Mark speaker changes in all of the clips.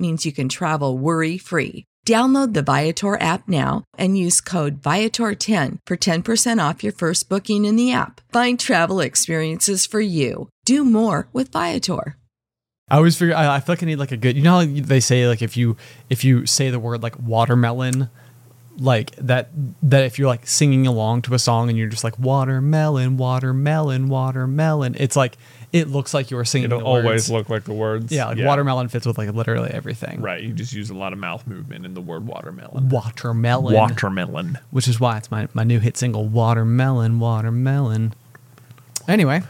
Speaker 1: means you can travel worry free. Download the Viator app now and use code Viator10 for 10% off your first booking in the app. Find travel experiences for you. Do more with Viator.
Speaker 2: I always figure I, I feel like I need like a good. You know how they say like if you if you say the word like watermelon, like that that if you're like singing along to a song and you're just like watermelon, watermelon, watermelon, it's like it looks like you are singing.
Speaker 3: It'll
Speaker 2: the words.
Speaker 3: always look like the words.
Speaker 2: yeah, like watermelon fits with like literally everything.
Speaker 3: Right. You just use a lot of mouth movement in the word watermelon.
Speaker 2: Watermelon.
Speaker 3: Watermelon.
Speaker 2: which is why it's my, my new hit single, Watermelon, Watermelon. Anyway,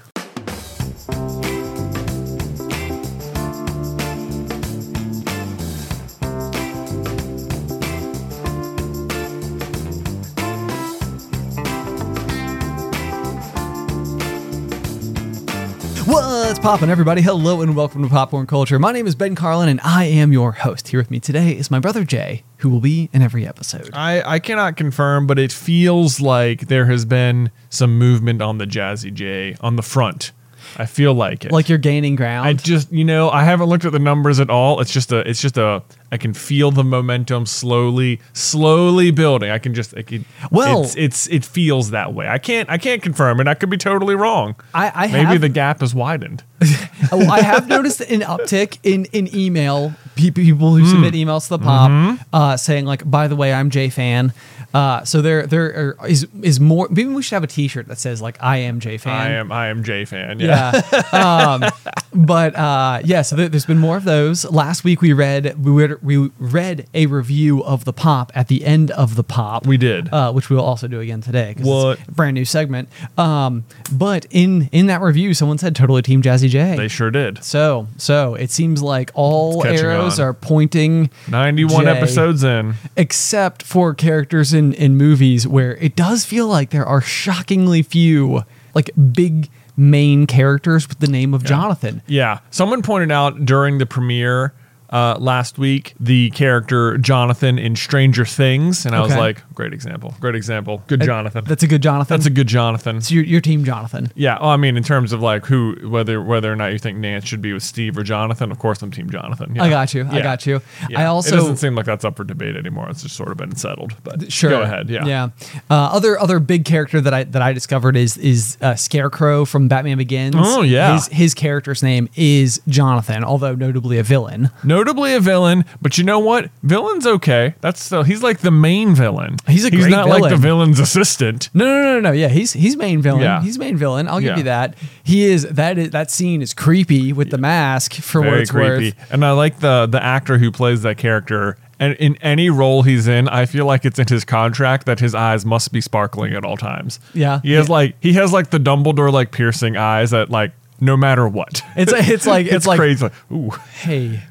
Speaker 2: what's poppin', everybody? Hello and welcome to Popcorn Culture. My name is Ben Carlin, and I am your host. Here with me today is my brother Jay, who will be in every episode.
Speaker 3: I, I cannot confirm, but it feels like there has been some movement on the Jazzy J on the front. I feel like it.
Speaker 2: Like you're gaining ground.
Speaker 3: I just you know I haven't looked at the numbers at all. It's just a it's just a I can feel the momentum slowly slowly building. I can just I can
Speaker 2: Well-
Speaker 3: it's, it's it feels that way. I can't I can't confirm it. I could be totally wrong.
Speaker 2: I- I
Speaker 3: maybe
Speaker 2: have-
Speaker 3: the gap is widened.
Speaker 2: Oh, I have noticed an uptick in in email pe- people
Speaker 3: Hmm.
Speaker 2: who submit emails to the pop
Speaker 3: Mm-hmm.
Speaker 2: uh, saying like, by the way, I'm J fan. Uh, so there there are, is is more. Maybe we should have a T-shirt that says like, I am J fan.
Speaker 3: I am I am J fan. Yeah.
Speaker 2: Yeah. um, but uh, yeah, so there, there's been more of those. Last week we read we read, we read a review of the pop at the end of the pop.
Speaker 3: We did.
Speaker 2: uh, which we will also do again today. 'cause it's
Speaker 3: What?
Speaker 2: a brand new segment? Um, but in in that review, someone said totally team Jazzy J.
Speaker 3: They sure did.
Speaker 2: So, so it seems like all
Speaker 3: It's catching
Speaker 2: arrows
Speaker 3: on.
Speaker 2: are pointing
Speaker 3: 91
Speaker 2: J,
Speaker 3: episodes in.
Speaker 2: except for characters in in movies where it does feel like there are shockingly few like big main characters with the name of Jonathan.
Speaker 3: Yeah. Someone pointed out during the premiere uh, last week the character Jonathan in Stranger Things, and I was
Speaker 2: Okay.
Speaker 3: like, great example. Great example. Good Jonathan.
Speaker 2: That's a good Jonathan.
Speaker 3: That's a good Jonathan.
Speaker 2: so your, your team Jonathan.
Speaker 3: Yeah, well, I mean, in terms of like who, whether whether or not you think Nance should be with Steve or Jonathan, of course I'm Team Jonathan. Yeah.
Speaker 2: I got you. I
Speaker 3: Yeah.
Speaker 2: got you.
Speaker 3: Yeah.
Speaker 2: I
Speaker 3: it
Speaker 2: also
Speaker 3: doesn't seem like that's up for debate anymore. It's just sort of been settled. But
Speaker 2: sure.
Speaker 3: go ahead. Yeah,
Speaker 2: Yeah. Uh, other other big character that I that I discovered is is uh, Scarecrow from Batman Begins.
Speaker 3: Oh, yeah.
Speaker 2: His his character's name is Jonathan, although notably a villain.
Speaker 3: Notably a villain, but you know what? Villain's okay. That's still he's like the main villain.
Speaker 2: He's a
Speaker 3: he's
Speaker 2: great
Speaker 3: not like the
Speaker 2: villain.
Speaker 3: villain's assistant.
Speaker 2: No, no, no, no, no. Yeah, he's he's main villain.
Speaker 3: Yeah.
Speaker 2: He's main villain. I'll give
Speaker 3: Yeah.
Speaker 2: you that. He is that is that scene is creepy with the mask for what
Speaker 3: Very
Speaker 2: it's
Speaker 3: creepy.
Speaker 2: worth.
Speaker 3: And I like the the actor who plays that character. And in any role he's in, I feel like it's in his contract that his eyes must be sparkling at all times.
Speaker 2: Yeah.
Speaker 3: He has
Speaker 2: Yeah.
Speaker 3: like he has like the Dumbledore like piercing eyes that like no matter what.
Speaker 2: It's it's like it's, like
Speaker 3: crazy. Like, Ooh.
Speaker 2: hey,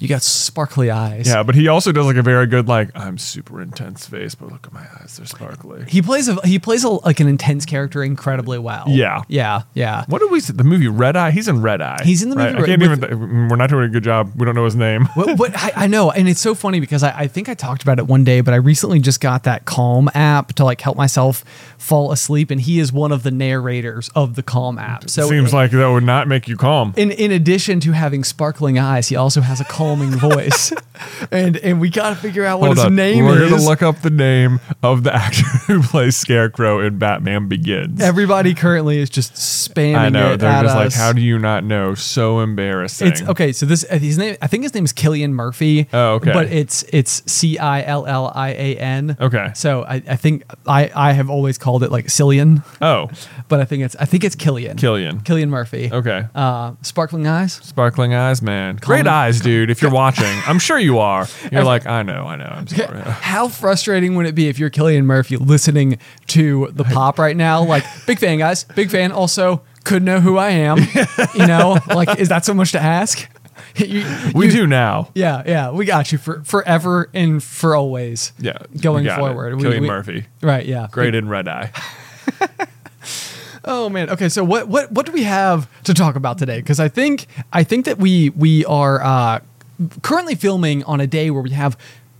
Speaker 2: you got sparkly eyes.
Speaker 3: Yeah, but he also does like a very good like I'm super intense face, but look at my eyes, they're sparkly.
Speaker 2: He plays a he plays a, like an intense character incredibly well.
Speaker 3: Yeah.
Speaker 2: Yeah. Yeah.
Speaker 3: What did we see? The movie Red Eye? He's in Red Eye.
Speaker 2: He's in the
Speaker 3: right?
Speaker 2: movie
Speaker 3: I can't
Speaker 2: Red-
Speaker 3: even. th- mm, we're not doing a good job. We don't know his name.
Speaker 2: what, what I, I know, and it's so funny because I, I think I talked about it one day, but I recently just got that Calm app to like help myself fall asleep, and he is one of the narrators of the Calm app. So
Speaker 3: Seems like that would not make you calm.
Speaker 2: in in addition to having sparkling eyes, he also has a calming voice, and and we gotta figure out what his name
Speaker 3: We're
Speaker 2: is.
Speaker 3: gonna look up the name of the actor who plays Scarecrow in Batman Begins.
Speaker 2: Everybody currently is just spamming.
Speaker 3: I know
Speaker 2: it
Speaker 3: they're
Speaker 2: at
Speaker 3: just like,
Speaker 2: us.
Speaker 3: how do you not know? So embarrassing.
Speaker 2: It's okay. So this uh, his name. I think his name is Killian Murphy.
Speaker 3: Oh, okay.
Speaker 2: But it's it's C I L L I A N.
Speaker 3: Okay.
Speaker 2: So I, I think I I have always called it like Cillian,
Speaker 3: Oh,
Speaker 2: but I think it's I think it's Killian.
Speaker 3: Killian.
Speaker 2: Killian Murphy.
Speaker 3: Okay.
Speaker 2: Uh, sparkling eyes.
Speaker 3: Sparkling eyes, man. Great
Speaker 2: Calm-
Speaker 3: eyes, dude. If you're watching, I'm sure you are. You're like, I know, I know. I'm sorry.
Speaker 2: How frustrating would it be if you're Killian Murphy listening to the pop right now? Like, big fan, guys, big fan. Also, could know who I am. You know, like, is that so much to ask? You-
Speaker 3: We
Speaker 2: you-
Speaker 3: do now.
Speaker 2: Yeah, yeah, we got you for forever and for always.
Speaker 3: Yeah,
Speaker 2: going
Speaker 3: we got it.
Speaker 2: forward. We-
Speaker 3: Killian
Speaker 2: we-
Speaker 3: Murphy,
Speaker 2: Right. Yeah.
Speaker 3: great in red eye.
Speaker 2: Oh man. Okay. So what what what do we have to talk about today? Because I think I think that we we are uh, currently filming on a day where we have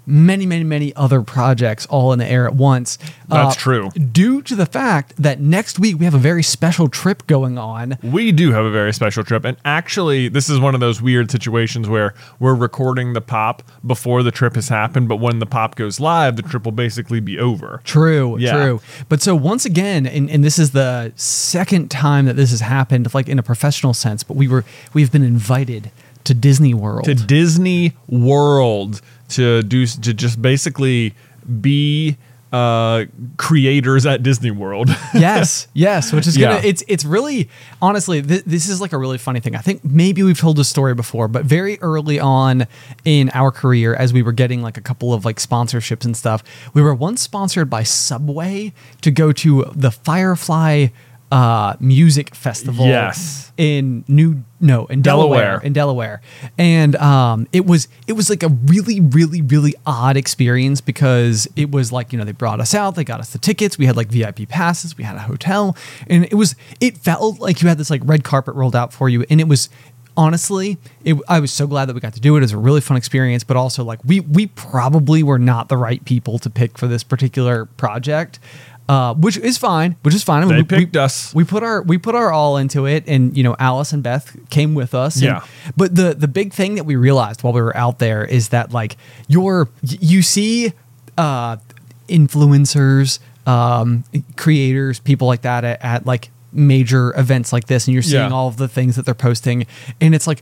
Speaker 2: many many many other projects all in the air at once. Uh,
Speaker 3: That's true.
Speaker 2: Due to the fact that next week we have a very special trip going on.
Speaker 3: We do have a very special trip. And actually, this is one of those weird situations where we're recording the pop before the trip has happened. But when the pop goes live, the trip will basically be over.
Speaker 2: True,
Speaker 3: Yeah.
Speaker 2: true. But so once again, and, and this is the second time that this has happened, like in a professional sense. But we were we've been invited to Disney World.
Speaker 3: To Disney World to do, to just basically be uh, creators at Disney World.
Speaker 2: yes, yes, which is gonna
Speaker 3: Yeah.
Speaker 2: it's it's really honestly th- this is like a really funny thing. I think maybe we've told this story before, but very early on in our career as we were getting like a couple of like sponsorships and stuff, we were once sponsored by Subway to go to the Firefly uh music festival
Speaker 3: Yes.
Speaker 2: in new no in
Speaker 3: Delaware.
Speaker 2: Delaware in Delaware, and um, it was it was like a really really really odd experience because it was like you know they brought us out, they got us the tickets, we had like VIP passes, we had a hotel, and it was it felt like you had this like red carpet rolled out for you, and it was honestly it, i was so glad that we got to do it it was a really fun experience but also like we we probably were not the right people to pick for this particular project uh, which is fine which is fine I mean,
Speaker 3: They
Speaker 2: we- we-
Speaker 3: picked us.
Speaker 2: we put our we put our all into it and you know alice and beth came with us and-
Speaker 3: Yeah.
Speaker 2: but the the big thing that we realized while we were out there is that like you're y- you see uh influencers um creators people like that at, at like major events like this and you're seeing
Speaker 3: Yeah.
Speaker 2: all of the things that they're posting and it's like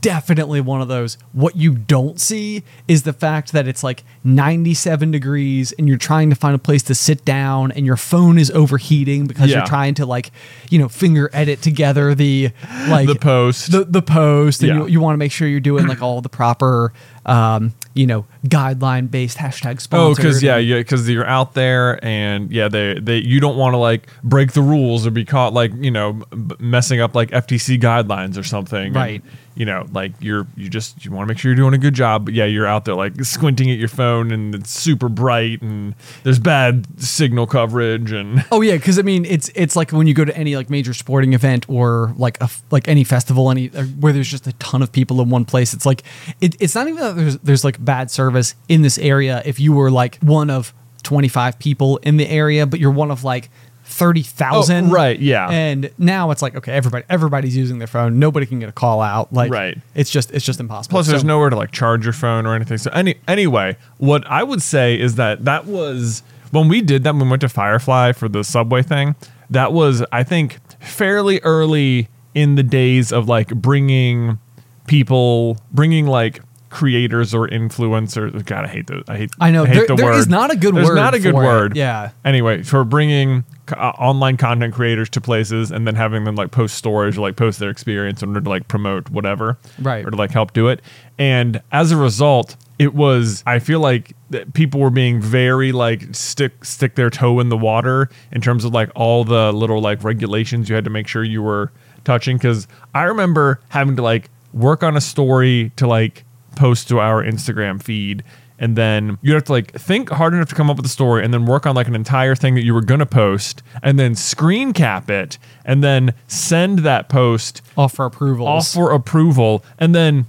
Speaker 2: definitely one of those what you don't see is the fact that it's like 97 degrees and you're trying to find a place to sit down and your phone is overheating because
Speaker 3: Yeah.
Speaker 2: you're trying to like you know finger edit together the like
Speaker 3: The post.
Speaker 2: the, the post and
Speaker 3: Yeah.
Speaker 2: you, you want to make sure you're doing like all the proper um you know guideline based hashtag
Speaker 3: Oh,
Speaker 2: sponsored
Speaker 3: because yeah,
Speaker 2: and-
Speaker 3: yeah, because you're out there, and yeah, they they you don't want to like break the rules or be caught like you know b- messing up like FTC guidelines or something, And,
Speaker 2: Right.
Speaker 3: you know, like you're you just you want to make sure you're doing a good job, but yeah, you're out there like squinting at your phone and it's super bright and there's bad signal coverage and
Speaker 2: Oh yeah, because I mean, it's it's like when you go to any like major sporting event or like a f- like any festival, any uh, where there's just a ton of people in one place. It's like it, it's not even that there's there's like bad service in this area. If you were like one of 25 people in the area, but you're one of like 30,000,
Speaker 3: Oh, right, yeah.
Speaker 2: And now it's like okay, everybody everybody's using their phone. Nobody can get a call out. Like
Speaker 3: Right.
Speaker 2: It's just it's just impossible.
Speaker 3: Plus, there's
Speaker 2: So-
Speaker 3: nowhere to like charge your phone or anything. So any anyway, what I would say is that that was when we did that. When we went to Firefly for the subway thing. That was, I think, fairly early in the days of like bringing people, bringing like creators or influencers. God, I hate the I hate.
Speaker 2: I know,
Speaker 3: hate
Speaker 2: there-
Speaker 3: the
Speaker 2: there
Speaker 3: word.
Speaker 2: is not a good
Speaker 3: There's
Speaker 2: word
Speaker 3: Not a good
Speaker 2: for it,
Speaker 3: word.
Speaker 2: yeah.
Speaker 3: Anyway, for bringing co- uh, online content creators to places and then having them like post stories or like post their experience in order to like promote whatever
Speaker 2: Right.
Speaker 3: or to like help do it and as a result it was i feel like that people were being very like stick stick their toe in the water in terms of like all the little like regulations you had to make sure you were touching because i remember having to like work on a story to like post to our instagram feed and then you'd have to like think hard enough to come up with a story and then work on like an entire thing that you were going to post and then screen cap it and then send that post
Speaker 2: off for approvals.
Speaker 3: all for approval and then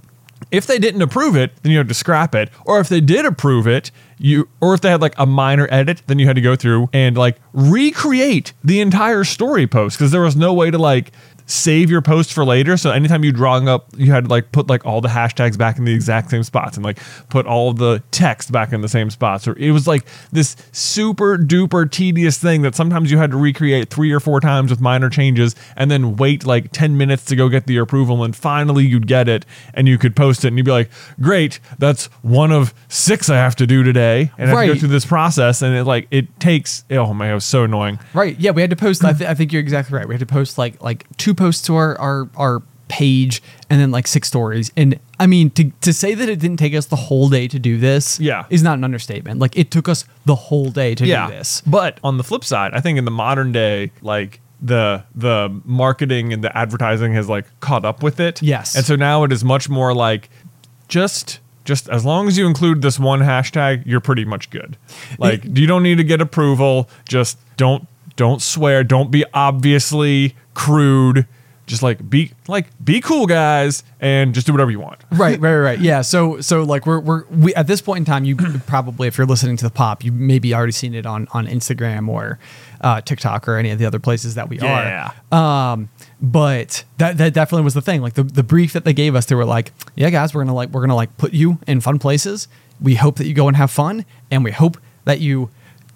Speaker 3: if they didn't approve it then you had to scrap it or if they did approve it you or if they had like a minor edit then you had to go through and like recreate the entire story post because there was no way to like save your post for later so anytime you drawing up you had to like put like all the hashtags back in the exact same spots and like put all the text back in the same spots or it was like this super duper tedious thing that sometimes you had to recreate three or four times with minor changes and then wait like 10 minutes to go get the approval and finally you'd get it and you could post it and you'd be like great that's one of six i have to do today and i have to
Speaker 2: Right.
Speaker 3: go through this process and it like it takes oh my it was so annoying
Speaker 2: Right. Yeah, we had to post. I, th- I think you're exactly right. We had to post like like two posts to our our, our page and then like six stories. And I mean, to, to say that it didn't take us the whole day to do this
Speaker 3: Yeah.
Speaker 2: is not an understatement. Like it took us the whole day to do this.
Speaker 3: But on the flip side, I think in the modern day, like the the marketing and the advertising has like caught up with it.
Speaker 2: Yes.
Speaker 3: And so now it is much more like just just as long as you include this one hashtag, you're pretty much good. Like you don't need to get approval. Just don't don't swear. Don't be obviously crude. Just like be like be cool guys and just do whatever you want.
Speaker 2: right, right, right. Yeah. So, so like we're we're we, at this point in time, you probably, if you're listening to the pop, you maybe already seen it on on Instagram or uh, TikTok or any of the other places that we
Speaker 3: Yeah.
Speaker 2: are. Um, but that that definitely was the thing. Like the the brief that they gave us, they were like, "Yeah, guys, we're gonna like we're gonna like put you in fun places. We hope that you go and have fun, and we hope that you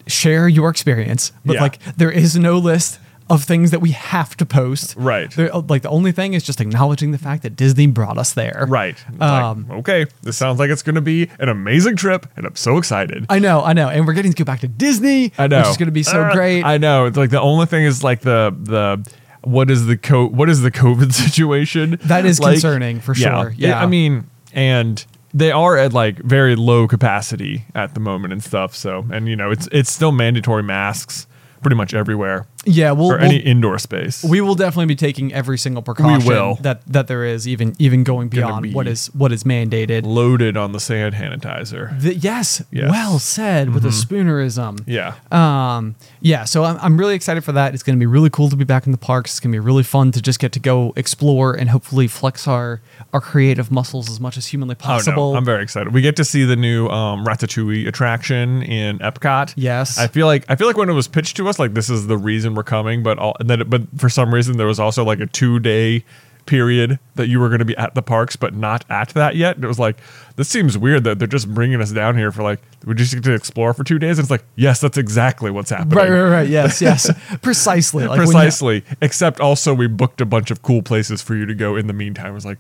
Speaker 2: share your experience." But
Speaker 3: Yeah.
Speaker 2: like, there is no list. Of things that we have to post,
Speaker 3: Right.
Speaker 2: There- like the only thing is just acknowledging the fact that Disney brought us there,
Speaker 3: Right.
Speaker 2: Um,
Speaker 3: like, okay. This sounds like it's going to be an amazing trip, and I'm so excited.
Speaker 2: I know, I know, and we're getting to go back to Disney,
Speaker 3: I know.
Speaker 2: which is going to be so
Speaker 3: Uh,
Speaker 2: great.
Speaker 3: I know. It's like the only thing is like the the what is the co what is the COVID situation?
Speaker 2: That is concerning, for sure.
Speaker 3: It-
Speaker 2: Yeah.
Speaker 3: I mean, and they are at like very low capacity at the moment and stuff. So and you know it's it's still mandatory masks pretty much everywhere
Speaker 2: yeah, we'll,
Speaker 3: or
Speaker 2: we'll
Speaker 3: any indoor space.
Speaker 2: we will definitely be taking every single precaution
Speaker 3: will.
Speaker 2: that that there is, even even going beyond
Speaker 3: be-
Speaker 2: what is what is mandated.
Speaker 3: loaded on the sand sanitizer.
Speaker 2: The- yes,
Speaker 3: Yes. Mm-hmm.
Speaker 2: well said with the spoonerism.
Speaker 3: Yeah.
Speaker 2: Um, yeah, so I'm, I'm really excited for that. It's going to be really cool to be back in the parks. It's going to be really fun to just get to go explore and hopefully flex our, our creative muscles as much as humanly possible.
Speaker 3: Oh, no. I'm very excited. We get to see the new um, Ratatouille attraction in Epcot.
Speaker 2: Yes.
Speaker 3: I feel like I feel like when it was pitched to us, like this is the reason we're coming, but all, and then it, but for some reason there was also like a two day period that you were going to be at the parks, but not at that yet. And it was like this seems weird that they're just bringing us down here for like we just get to explore for two days. And it's like yes, that's exactly what's happening.
Speaker 2: right, right, right. Yes, yes, precisely. Like when you-
Speaker 3: Precisely. Except also we booked a bunch of cool places for you to go in the meantime. It was like,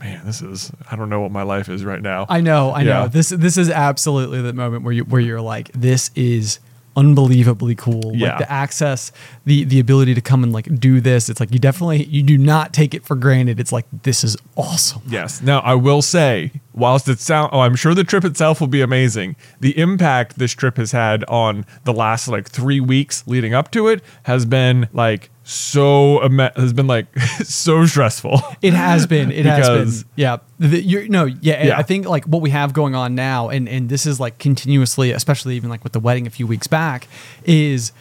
Speaker 3: man, this is I don't know what my life is right now.
Speaker 2: I know, I know.
Speaker 3: Yeah.
Speaker 2: This this is absolutely the moment where you where you're like, this is unbelievably cool.
Speaker 3: Yeah.
Speaker 2: Like the access, the the ability to come and like do this. It's like you definitely you do not take it for granted. It's like this is awesome.
Speaker 3: Yes. Now I will say, whilst it sound, oh, I'm sure the trip itself will be amazing. The impact this trip has had on the last like three weeks leading up to it has been like so ama- has been like so stressful.
Speaker 2: It has been. It has
Speaker 3: Because-
Speaker 2: been. Yeah. The, you're, no. Yeah, and
Speaker 3: Yeah.
Speaker 2: I think like what we have going on now, and and this is like continuously, especially even like with the wedding a few weeks back, is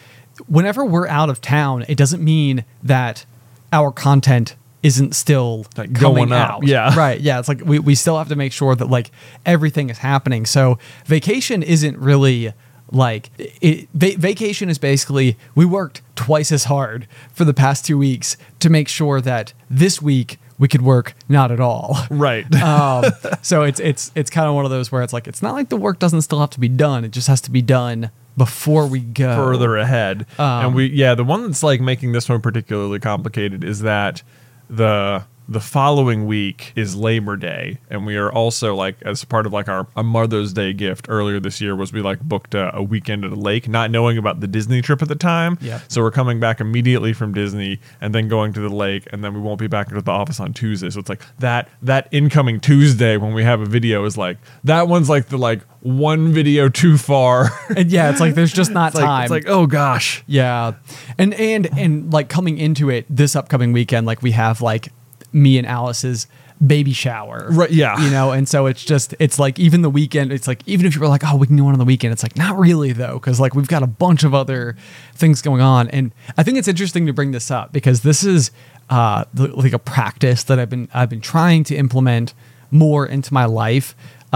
Speaker 2: whenever we're out of town, it doesn't mean that our content isn't still
Speaker 3: Like,
Speaker 2: coming
Speaker 3: going up.
Speaker 2: out.
Speaker 3: Yeah.
Speaker 2: Right. Yeah. It's like we we still have to make sure that like everything is happening. So vacation isn't really. Like it, va- vacation is basically we worked twice as hard for the past two weeks to make sure that this week we could work not at all.
Speaker 3: right.
Speaker 2: Um, so it's it's it's kind of one of those where it's like it's not like the work doesn't still have to be done; it just has to be done before we go
Speaker 3: further ahead. and we yeah, the one that's like making this one particularly complicated is that the the following week is Labor Day, and we are also like as part of like our a Mother's Day gift earlier this year was we like booked a, a weekend at a lake, not knowing about the Disney trip at the time.
Speaker 2: Yep.
Speaker 3: So we're coming back immediately from Disney and then going to the lake, and then we won't be back into the office on Tuesday. So it's like that that incoming Tuesday when we have a video is like that one's like the like one video too far.
Speaker 2: And yeah, it's like there's just not
Speaker 3: It's like-
Speaker 2: time.
Speaker 3: It's like, oh gosh.
Speaker 2: Yeah. And and and like coming into it this upcoming weekend, like we have like me and Alice's baby shower.
Speaker 3: Right, yeah.
Speaker 2: You know, and so it's just it's like even the weekend, it's like even if you were like, oh, we can do one on the weekend, it's like not really though, because like we've got a bunch of other things going on. And I think it's interesting to bring this up because this is uh the, like a practice that I've been I've been trying to implement more into my life.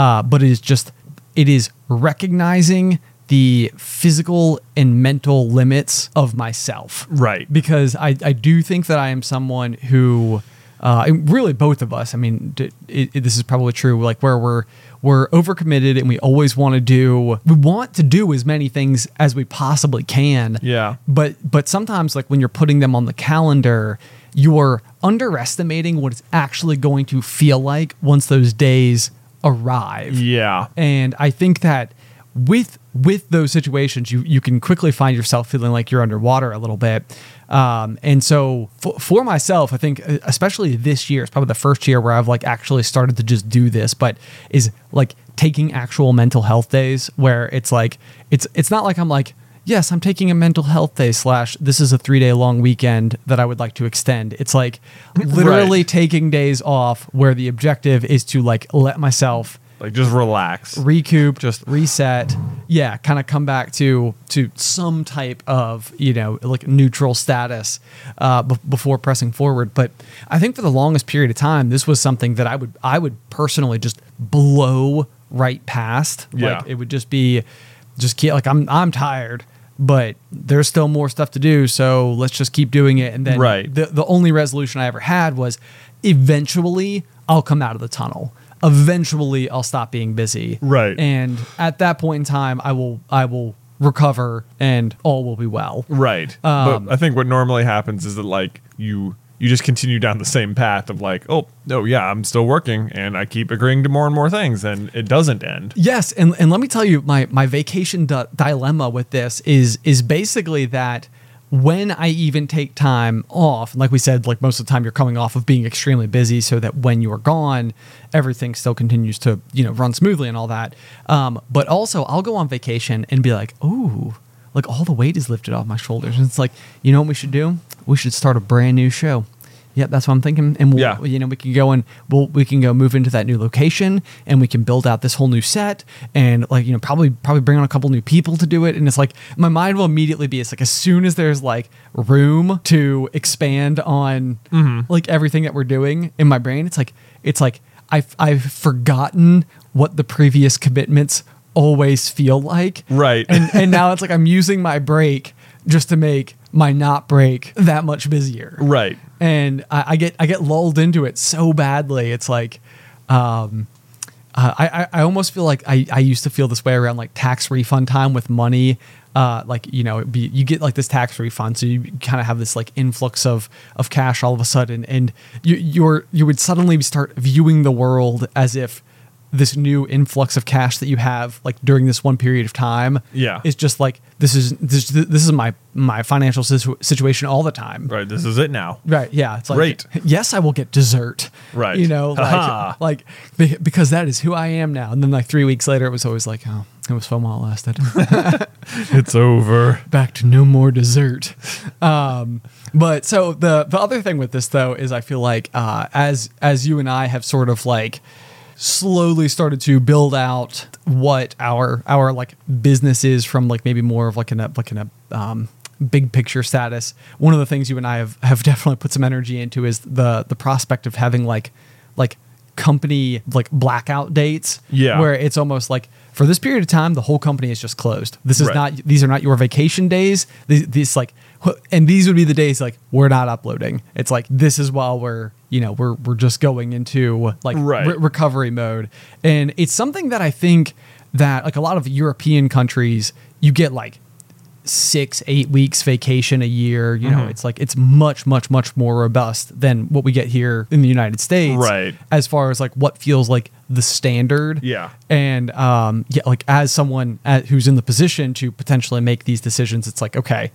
Speaker 2: Uh, but it is just it is recognizing the physical and mental limits of myself.
Speaker 3: Right.
Speaker 2: Because I, I do think that I am someone who, uh, and really both of us, I mean, d- it, it- this is probably true, like where we're, we're overcommitted and we always want to do, we want to do as many things as we possibly can
Speaker 3: Yeah.
Speaker 2: but but sometimes like when you're putting them on the calendar you're underestimating what it's actually going to feel like once those days arrive
Speaker 3: Yeah.
Speaker 2: and i think that with with those situations, you you can quickly find yourself feeling like you're underwater a little bit. Um, and so for, for myself, I think uh, especially this year, it's probably the first year where I've like actually started to just do this, but is like taking actual mental health days where it's like it's it's not like I'm like yes, I'm taking a mental health day slash this is a three day long weekend that I would like to extend. It's like literally taking days off where the objective is to like let myself
Speaker 3: Like just relax.
Speaker 2: recoup,
Speaker 3: Just-
Speaker 2: just reset. Yeah, kind of come back to to some type of you know like neutral status uh, b- before pressing forward. But I think for the longest period of time, this was something that I would I would personally just blow right past.
Speaker 3: Yeah.
Speaker 2: Like it would just be just keep, like I'm I'm tired. But there's still more stuff to do, so let's just keep doing it. And then
Speaker 3: Right.
Speaker 2: the, the only resolution I ever had was eventually I'll come out of the tunnel. Eventually I'll stop being busy.
Speaker 3: Right.
Speaker 2: And at that point in time I will I will recover and all will be well.
Speaker 3: Right.
Speaker 2: Um,
Speaker 3: but I think what normally happens is that like you you just continue down the same path of like, oh no, yeah, I'm still working and I keep agreeing to more and more things and it doesn't end.
Speaker 2: Yes, and, and let me tell you my my vacation di- dilemma with this is is basically that when I even take time off, like we said, like most of the time you're coming off of being extremely busy, so that when you are gone, everything still continues to you know run smoothly and all that. Um, but also, I'll go on vacation and be like, ooh, like all the weight is lifted off my shoulders, and it's like, you know what we should do? We should start a brand new show. Yep, that's what I'm thinking. And we'll,
Speaker 3: Yeah.
Speaker 2: you know, we can go and we'll, we can go move into that new location and we can build out this whole new set and like, you know, probably, probably bring on a couple new people to do it. And it's like, my mind will immediately be, it's like, as soon as there's like room to expand on
Speaker 3: Mm-hmm.
Speaker 2: like everything that we're doing in my brain, it's like, it's like, I've, I've forgotten what the previous commitments always feel like.
Speaker 3: Right.
Speaker 2: And, and now it's like, I'm using my break just to make my not break that much busier
Speaker 3: Right.
Speaker 2: and I, I get I get lulled into it so badly. It's like, um, uh, I I I almost feel like I I used to feel this way around like tax refund time with money. Uh, like you know, it'd be, you get like this tax refund, so you kind of have this like influx of of cash all of a sudden, and you you're you would suddenly start viewing the world as if this new influx of cash that you have like during this one period of time
Speaker 3: Yeah.
Speaker 2: is just like this is this this is my my financial situ- situation all the time
Speaker 3: Right. This is it now.
Speaker 2: Right. Yeah. It's like,
Speaker 3: Great.
Speaker 2: yes, I will get dessert.
Speaker 3: Right.
Speaker 2: You know,
Speaker 3: Ha-ha.
Speaker 2: like, like be- because that is who I am now. And then like three weeks later, it was always like, oh, it was fun while it lasted.
Speaker 3: It's over.
Speaker 2: Back to no more dessert. Um, but so the the other thing with this though is I feel like uh, as as you and I have sort of like slowly started to build out what our our like business is from like maybe more of like an like an um, big picture status. One of the things you and I have have definitely put some energy into is the the prospect of having like like company like blackout dates
Speaker 3: Yeah.
Speaker 2: where it's almost like for this period of time the whole company is just closed this is
Speaker 3: Right.
Speaker 2: not these are not your vacation days these, these like wh- and these would be the days like we're not uploading it's like this is while we're you know we're we're just going into like
Speaker 3: Right.
Speaker 2: re- recovery mode and it's something that i think that like a lot of european countries you get like six eight weeks vacation a year you
Speaker 3: Mm-hmm.
Speaker 2: know it's like it's much much much more robust than what we get here in the united states
Speaker 3: Right.
Speaker 2: as far as like what feels like the standard
Speaker 3: Yeah.
Speaker 2: and um, yeah, like as someone at, who's in the position to potentially make these decisions, it's like, okay,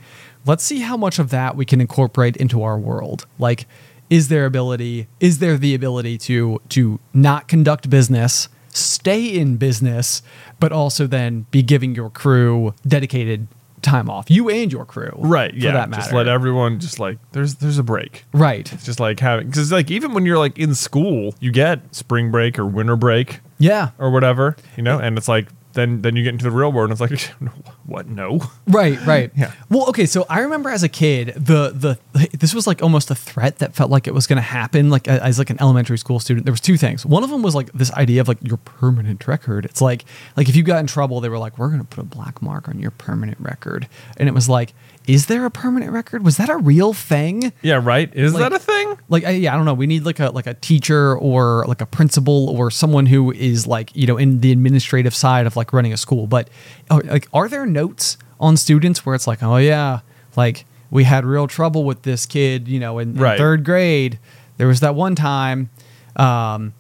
Speaker 2: let's see how much of that we can incorporate into our world. Like, is there ability? Is there the ability to to not conduct business, stay in business, but also then be giving your crew dedicated time off, you and your crew,
Speaker 3: Right.
Speaker 2: For
Speaker 3: Yeah.
Speaker 2: that matter,
Speaker 3: just let everyone just like there's there's a break.
Speaker 2: right?
Speaker 3: It's just like having because like even when you're like in school, you get spring break or winter break
Speaker 2: Yeah,
Speaker 3: or whatever, you know, and it's like then then you get into the real world and it's like what no.
Speaker 2: Right, right.
Speaker 3: Yeah.
Speaker 2: Well, okay, so I remember as a kid, the the this was like almost a threat that felt like it was going to happen like a- as like an elementary school student. There was two things. One of them was like this idea of like your permanent record. It's like like if you got in trouble, they were like we're going to put a black mark on your permanent record. And it was like is there a permanent record? Was that a real thing?
Speaker 3: Yeah, right? Is
Speaker 2: Like-
Speaker 3: that a thing?
Speaker 2: like I, yeah, I don't know. We need like a like a teacher or like a principal or someone who is like you know in the administrative side of like running a school. But uh, like, are there notes on students where it's like, oh yeah, like we had real trouble with this kid, you know, in, in
Speaker 3: Right.
Speaker 2: third grade. There was that one time. Um,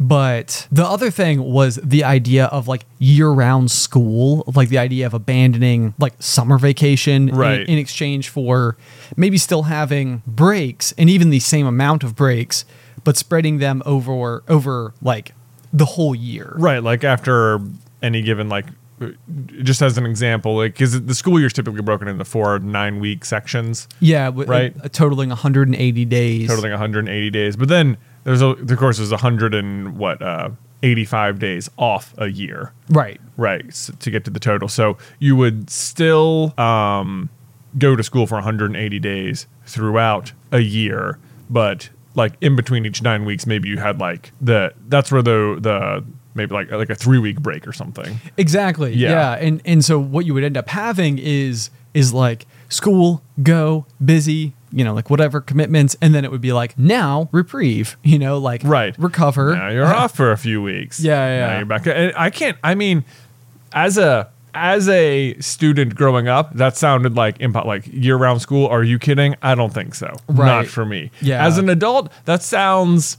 Speaker 2: But the other thing was the idea of like year round school, like the idea of abandoning like summer vacation in-
Speaker 3: Right.
Speaker 2: in, exchange for maybe still having breaks and even the same amount of breaks, but spreading them over over like the whole year.
Speaker 3: Right, like after any given like uh, just as an example, like because the school year's typically broken into four nine week sections,
Speaker 2: Yeah, w-
Speaker 3: Right.
Speaker 2: uh, totaling 180 days.
Speaker 3: totaling 180 days. But then there's a, of course there's 100 and what uh, 85 days off a year,
Speaker 2: Right.
Speaker 3: right, s to get to the total. So you would still um, go to school for 180 days throughout a year, but like in between each nine weeks, maybe you had like the that's where the the maybe like like a three week break or something.
Speaker 2: Exactly.
Speaker 3: Yeah.
Speaker 2: Yeah. And and so what you would end up having is is like school, go, busy, you know, like whatever commitments, and then it would be like now reprieve, you know, like
Speaker 3: Right.
Speaker 2: recover.
Speaker 3: Now you're off for a few weeks.
Speaker 2: Yeah, yeah,
Speaker 3: Now
Speaker 2: yeah.
Speaker 3: you're back. And I can't. I mean, as a as a student growing up, that sounded like impo- like year round school. Are you kidding? I don't think so. Not
Speaker 2: Right.
Speaker 3: for me.
Speaker 2: Yeah.
Speaker 3: As an adult, that sounds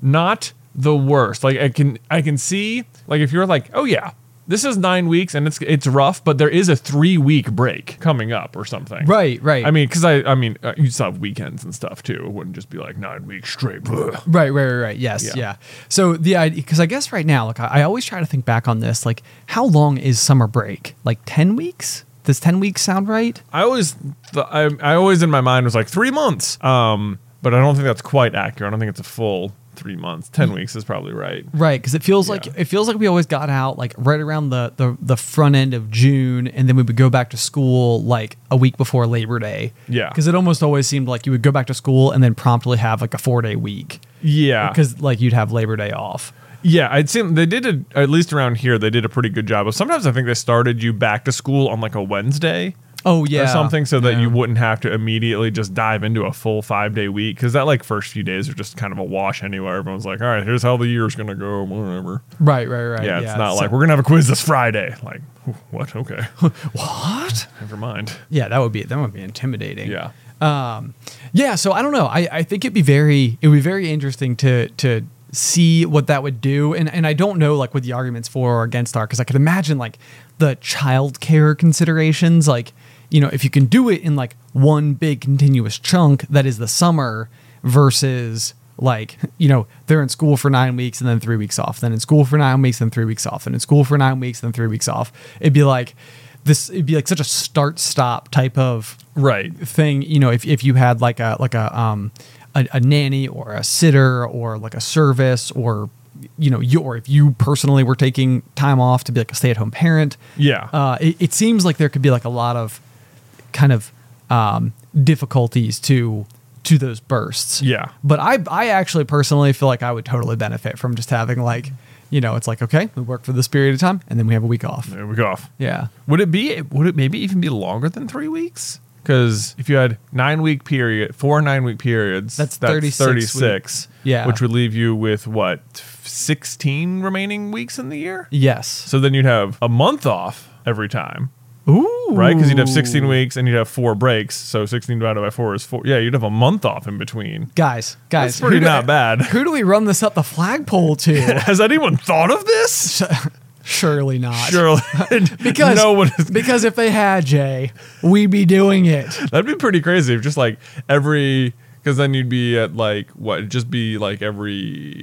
Speaker 3: not the worst. Like I can I can see like if you're like oh yeah. This is nine weeks and it's it's rough, but there is a three week break coming up or something.
Speaker 2: Right, right.
Speaker 3: I mean, because I I mean uh, you still have weekends and stuff too. It wouldn't just be like nine weeks straight. Blah.
Speaker 2: Right, right, right, right. Yes,
Speaker 3: Yeah.
Speaker 2: yeah. So the idea, because I guess right now, like I, I always try to think back on this, like how long is summer break? Like ten weeks? Does ten weeks sound right?
Speaker 3: I always, th- I, I always in my mind was like three months. Um, but I don't think that's quite accurate. I don't think it's a full three months.
Speaker 2: Mm.
Speaker 3: Ten weeks is probably right.
Speaker 2: Right, because it feels like
Speaker 3: Yeah.
Speaker 2: it feels like we always got out like right around the, the the front end of June, and then we would go back to school like a week before Labor Day.
Speaker 3: Yeah.
Speaker 2: because it almost always seemed like you would go back to school and then promptly have like a four day week
Speaker 3: Yeah,
Speaker 2: because like you'd have Labor Day off.
Speaker 3: yeah. I'd seen they did a, at least around here. They did a pretty good job of. Sometimes I think they started you back to school on like a Wednesday.
Speaker 2: Oh yeah,
Speaker 3: Or something so that
Speaker 2: Yeah.
Speaker 3: you wouldn't have to immediately just dive into a full five day week because that like first few days are just kind of a wash anyway. Everyone's like, all right, here's how the year's gonna go, whatever.
Speaker 2: Right, right, right.
Speaker 3: yeah, it's not like we're gonna have a quiz this Friday. Like, what? Okay,
Speaker 2: what.
Speaker 3: never mind.
Speaker 2: Yeah, that would be that would be intimidating.
Speaker 3: Yeah.
Speaker 2: Um, yeah. So I don't know. I, I think it'd be very it would be very interesting to to see what that would do, and and I don't know like what the arguments for or against are because I could imagine like the child care considerations. Like you know if you can do it in like one big continuous chunk that is the summer versus like you know they're in school for nine weeks and then three weeks off then in school for nine weeks then three weeks off then in school for nine weeks then three weeks off it'd be like this it'd be like such a start stop type of
Speaker 3: Right.
Speaker 2: thing you know if, if you had like a like a um a, a nanny or a sitter or like a service or you know you or if you personally were taking time off to be like a stay-at-home parent
Speaker 3: Yeah.
Speaker 2: uh it, it seems like there could be like a lot of kind of um difficulties to to those bursts
Speaker 3: Yeah.
Speaker 2: but i i actually personally feel like i would totally benefit from just having like you know it's like okay we work for this period of time and then we have a week off
Speaker 3: There we go.
Speaker 2: yeah
Speaker 3: Would it be? Would it maybe even be longer than three weeks? Because if you had nine week period, four nine week periods,
Speaker 2: That's 36
Speaker 3: 36,
Speaker 2: weeks. Yeah.
Speaker 3: which would leave you with what sixteen remaining weeks in the year.
Speaker 2: yes
Speaker 3: So then you'd have a month off every time,
Speaker 2: Ooh.
Speaker 3: right? Because you'd have sixteen weeks and you'd have four breaks. So sixteen divided by four is four. Yeah, you'd have a month off in between.
Speaker 2: guys guys
Speaker 3: That's pretty
Speaker 2: who do-
Speaker 3: not bad.
Speaker 2: Who do we run this up the flagpole to?
Speaker 3: Has anyone thought of this?
Speaker 2: Surely not.
Speaker 3: Surely,
Speaker 2: Because
Speaker 3: no one is
Speaker 2: because if they had Jay, we'd be doing it.
Speaker 3: That'd be pretty crazy if just like every because then you'd be at like what it'd just be like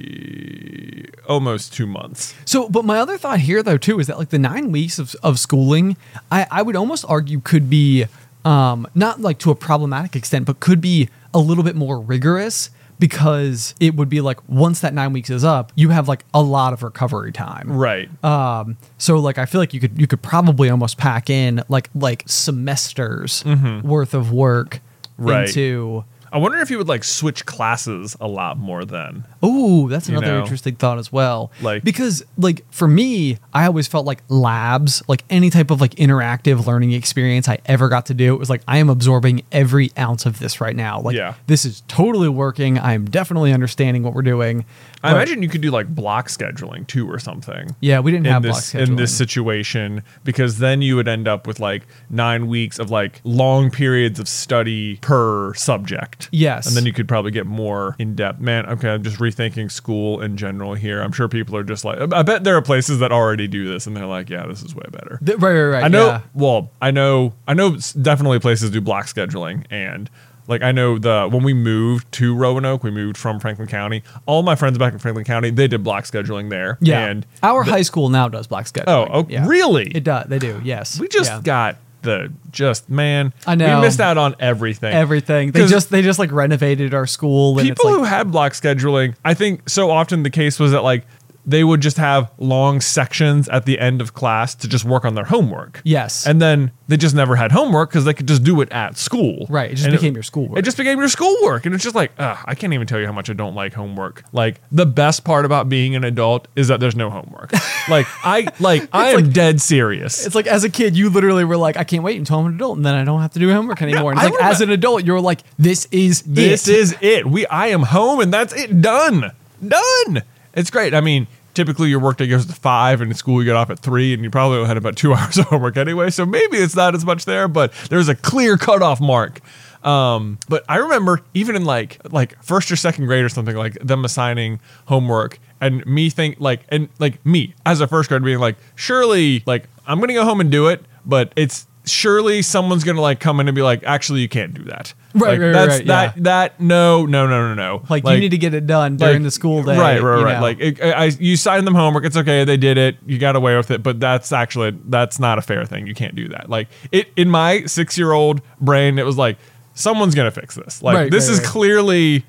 Speaker 3: every almost two months.
Speaker 2: So, but my other thought here though too is that like the nine weeks of of schooling, I I would almost argue could be um not like to a problematic extent, but could be a little bit more rigorous because it would be like once that nine weeks is up, you have like a lot of recovery time.
Speaker 3: Right.
Speaker 2: Um, so like I feel like you could you could probably almost pack in like like semesters worth of work
Speaker 3: Mm-hmm. Right.
Speaker 2: into.
Speaker 3: I wonder if you would like switch classes a lot more then.
Speaker 2: Ooh, that's
Speaker 3: You
Speaker 2: another
Speaker 3: know?
Speaker 2: interesting thought as well.
Speaker 3: Like-
Speaker 2: because like for me, I always felt like labs, like any type of like interactive learning experience I ever got to do, it was like I am absorbing every ounce of this right now. Like
Speaker 3: Yeah.
Speaker 2: this is totally working. I'm definitely understanding what we're doing.
Speaker 3: I
Speaker 2: But-
Speaker 3: imagine you could do like block scheduling too or something.
Speaker 2: Yeah, we didn't
Speaker 3: in
Speaker 2: have
Speaker 3: this
Speaker 2: block scheduling.
Speaker 3: in this situation because then you would end up with like nine weeks of like long periods of study per subject correct.
Speaker 2: Yes.
Speaker 3: And then you could probably get more in depth. Man, okay, I'm just rethinking school in general here. I'm sure people are just like, I bet there are places that already do this and they're like, yeah, this is way better.
Speaker 2: Th- right, right, right.
Speaker 3: I know.
Speaker 2: yeah.
Speaker 3: Well, I know. I know. s- Definitely, places do block scheduling, and like I know the when we moved to Roanoke, we moved from Franklin County. All my friends back in Franklin County, they did block scheduling there.
Speaker 2: Yeah.
Speaker 3: And
Speaker 2: Our high school now does black scheduling.
Speaker 3: oh, oh
Speaker 2: Yeah.
Speaker 3: really?
Speaker 2: It does. They do. Yes.
Speaker 3: we just
Speaker 2: Yeah.
Speaker 3: got the just man.
Speaker 2: I know.
Speaker 3: We missed out on everything.
Speaker 2: everything. They
Speaker 3: 'Cause
Speaker 2: just they just like renovated our school. And it's
Speaker 3: people
Speaker 2: like,
Speaker 3: who had block scheduling. I think so often the case was that like they would just have long sections at the end of class to just work on their homework.
Speaker 2: Yes.
Speaker 3: And then they just never had homework because they could just do it at school.
Speaker 2: Right, it just
Speaker 3: And
Speaker 2: became your schoolwork.
Speaker 3: It just became your schoolwork. And it's just like, ugh, I can't even tell you how much I don't like homework. Like the best part about being an adult is that there's no homework. like I like I am dead serious.
Speaker 2: It's like as a kid, you literally were like, I can't wait until I'm an adult, and then I don't have to do homework anymore. And it's
Speaker 3: I
Speaker 2: like as
Speaker 3: remem-
Speaker 2: an adult, you're like, this is
Speaker 3: This
Speaker 2: it.
Speaker 3: is it. We I am home and that's it. Done. Done. It's great. I mean, typically your workday goes to five and in school you get off at three and you probably only had about two hours of homework anyway. So maybe it's not as much there, but there's a clear cutoff mark. Um, but I remember even in like like first or second grade or something, like them assigning homework and me think like and like me as a first grader being like, surely like I'm gonna go home and do it, but it's surely someone's gonna like come in and be like, actually you can't do that.
Speaker 2: Right,
Speaker 3: Like,
Speaker 2: right, right,
Speaker 3: that's,
Speaker 2: right,
Speaker 3: That that no no no no no.
Speaker 2: Like, you need to get it done during
Speaker 3: like,
Speaker 2: the school day.
Speaker 3: Right, right,
Speaker 2: you
Speaker 3: right.
Speaker 2: know.
Speaker 3: Like it, I, I- you signed them homework. It's okay. They did it. You got away with it. But that's actually that's not a fair thing. You can't do that. Like it in my six year old brain, it was like someone's gonna fix this. Like
Speaker 2: Right,
Speaker 3: this
Speaker 2: right,
Speaker 3: is
Speaker 2: right.
Speaker 3: clearly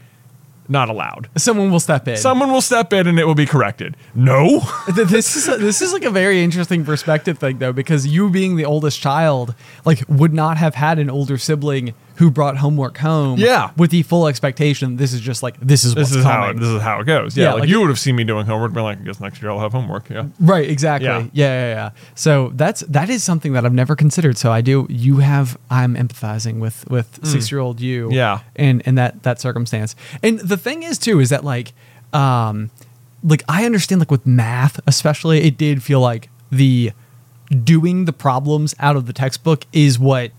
Speaker 3: not allowed.
Speaker 2: someone will step in.
Speaker 3: Someone will step in and it will be corrected. No.
Speaker 2: Th- this is this is like a very interesting perspective thing though because you being the oldest child like would not have had an older sibling who brought homework home
Speaker 3: Yeah.
Speaker 2: with the full expectation this is just like this is
Speaker 3: This
Speaker 2: what's
Speaker 3: is
Speaker 2: coming.
Speaker 3: how it, this is how it goes. Yeah,
Speaker 2: Yeah,
Speaker 3: like,
Speaker 2: like-
Speaker 3: you would have seen me doing homework, been like, I guess next year I'll have homework. Yeah,
Speaker 2: Right, exactly.
Speaker 3: Yeah.
Speaker 2: Yeah. yeah, yeah, So that's that is something that I've never considered. So I do you have I'm empathizing with with 6-year-old you.
Speaker 3: Hmm. Yeah.
Speaker 2: And and that that circumstance. And the thing is too is that like um like I understand like with math especially it did feel like the doing the problems out of the textbook is what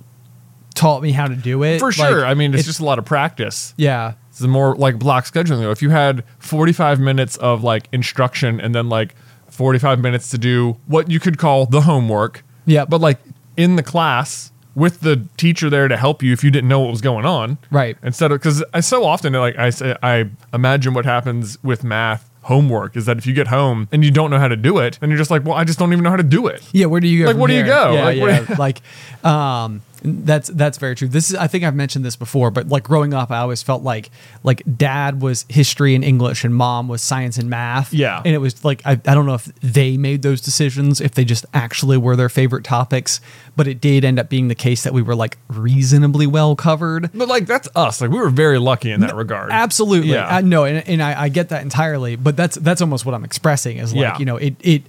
Speaker 2: taught me how to do it.
Speaker 3: for
Speaker 2: Like,
Speaker 3: sure. I mean, it's just a lot of practice.
Speaker 2: yeah.
Speaker 3: It's the more like block scheduling though. If you had 45 minutes of like instruction and then like 45 minutes to do what you could call the homework.
Speaker 2: Yeah.
Speaker 3: But like in the class with the teacher there to help you if you didn't know what was going on.
Speaker 2: Right.
Speaker 3: Instead of cuz I so often like I say I imagine what happens with math homework is that if you get home and you don't know how to do it and you're just like, "Well, I just don't even know how to do it."
Speaker 2: Yeah, where do you go?
Speaker 3: Like,
Speaker 2: from
Speaker 3: where do you
Speaker 2: here?
Speaker 3: go?
Speaker 2: Yeah,
Speaker 3: Like, where-
Speaker 2: yeah. like, um, that's that's very true. This is I think I've mentioned this before, but like growing up, I always felt like like dad was history and English, and mom was science and math.
Speaker 3: Yeah.
Speaker 2: and it was like I, I don't know if they made those decisions, if they just actually were their favorite topics, but it did end up being the case that we were like reasonably well covered.
Speaker 3: But like that's us. Like we were very lucky in that regard.
Speaker 2: Absolutely.
Speaker 3: Yeah.
Speaker 2: I, no, and, and I, I get that entirely, but that's that's almost what I'm expressing is like,
Speaker 3: Yeah.
Speaker 2: you know, it it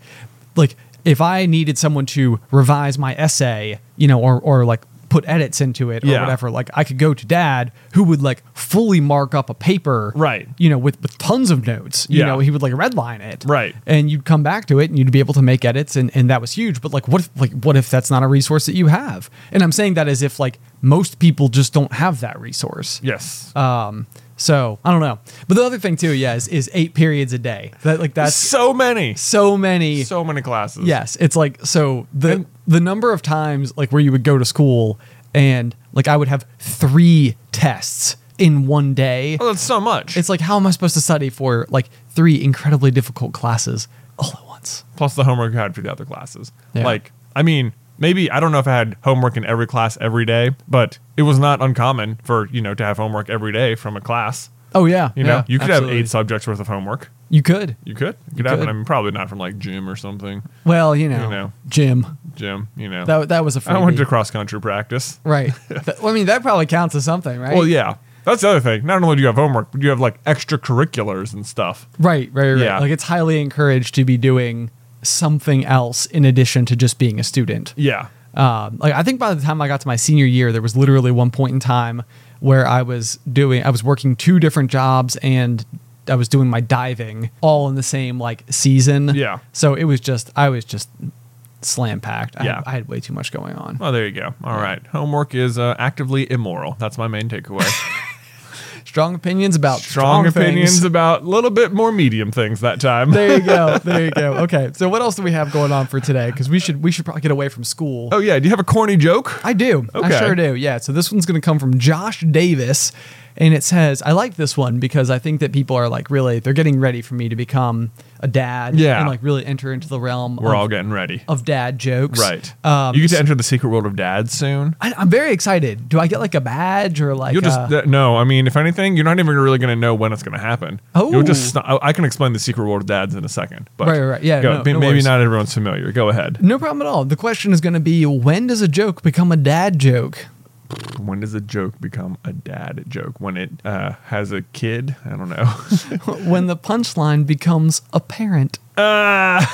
Speaker 2: like if I needed someone to revise my essay, you know, or or like put edits into it or
Speaker 3: Yeah.
Speaker 2: whatever, like I could go to dad who would like fully mark up a paper.
Speaker 3: Right.
Speaker 2: You know, with, with tons of notes. You
Speaker 3: Yeah.
Speaker 2: know, he would like redline it.
Speaker 3: Right.
Speaker 2: And you'd come back to it and you'd be able to make edits and, and that was huge. But like what if like what if that's not a resource that you have? And I'm saying that as if like most people just don't have that resource.
Speaker 3: Yes.
Speaker 2: Um, so I don't know. But the other thing too, yeah, is, is eight periods a day. That like that's
Speaker 3: so many.
Speaker 2: so many.
Speaker 3: So many classes.
Speaker 2: yes, it's like so the
Speaker 3: And-
Speaker 2: the number of times like where you would go to school and like I would have three tests in one day.
Speaker 3: Oh, that's so much.
Speaker 2: It's like how am I supposed to study for like three incredibly difficult classes all at once?
Speaker 3: plus the homework you had for the other classes.
Speaker 2: Yeah.
Speaker 3: Like, I mean, maybe I don't know if I had homework in every class every day, but it was not uncommon for you know to have homework every day from a class.
Speaker 2: Oh yeah,
Speaker 3: You
Speaker 2: yeah,
Speaker 3: know, you could
Speaker 2: absolutely.
Speaker 3: have eight subjects worth of homework.
Speaker 2: You could.
Speaker 3: You could. You could
Speaker 2: You
Speaker 3: have
Speaker 2: could.
Speaker 3: I mean, probably not from like gym or something.
Speaker 2: Well, you know,
Speaker 3: know.
Speaker 2: Jim.
Speaker 3: Gym, you know.
Speaker 2: That that was a
Speaker 3: I went
Speaker 2: freebie.
Speaker 3: to cross country practice.
Speaker 2: right. Th- well, I mean, that probably counts as something, right?
Speaker 3: Well, yeah. That's the other thing. Not only do you have homework, but you have like extracurriculars and stuff.
Speaker 2: Right, right, right.
Speaker 3: Yeah.
Speaker 2: Like it's highly encouraged to be doing something else in addition to just being a student.
Speaker 3: Yeah.
Speaker 2: Um, like I think by the time I got to my senior year, there was literally one point in time where I was doing, I was working two different jobs and I was doing my diving all in the same like season.
Speaker 3: Yeah.
Speaker 2: So it was just, I was just slam packed. I,
Speaker 3: Yeah.
Speaker 2: had, I had way too much going on.
Speaker 3: Well, there you go. All right. Homework is uh, actively immoral. That's my main takeaway.
Speaker 2: Strong opinions about
Speaker 3: Strong, opinions
Speaker 2: things.
Speaker 3: about a little bit more medium things that time.
Speaker 2: There you go. There you go. Okay. So what else do we have going on for today? Because we should we should probably get away from school.
Speaker 3: oh yeah, do you have a corny joke?
Speaker 2: I do.
Speaker 3: Okay.
Speaker 2: I sure do. Yeah. So this one's going to come from Josh Davis. And it says, I like this one because I think that people are like really, they're getting ready for me to become a dad.
Speaker 3: Yeah.
Speaker 2: And like really enter into the realm
Speaker 3: We're
Speaker 2: of,
Speaker 3: all getting ready.
Speaker 2: of dad jokes.
Speaker 3: Right.
Speaker 2: Um,
Speaker 3: you get to enter the secret world of dads soon.
Speaker 2: I, I'm very excited. Do I get like a badge or like uh,
Speaker 3: You'll just
Speaker 2: a-
Speaker 3: th- no. I mean, if anything, you're not even really going to know when it's going to happen. you'll just.
Speaker 2: Oh.
Speaker 3: sn- I I can explain the secret world of dads in a second. But
Speaker 2: Right, right, right. Yeah,
Speaker 3: go-
Speaker 2: no-
Speaker 3: may-
Speaker 2: no
Speaker 3: maybe
Speaker 2: worries.
Speaker 3: not everyone's familiar. Go ahead.
Speaker 2: no problem at all. The question is going to be, when does a joke become a dad joke?
Speaker 3: When does a joke become a dad joke? When it uh, has a kid? I don't know.
Speaker 2: when the punchline becomes apparent.
Speaker 3: uh,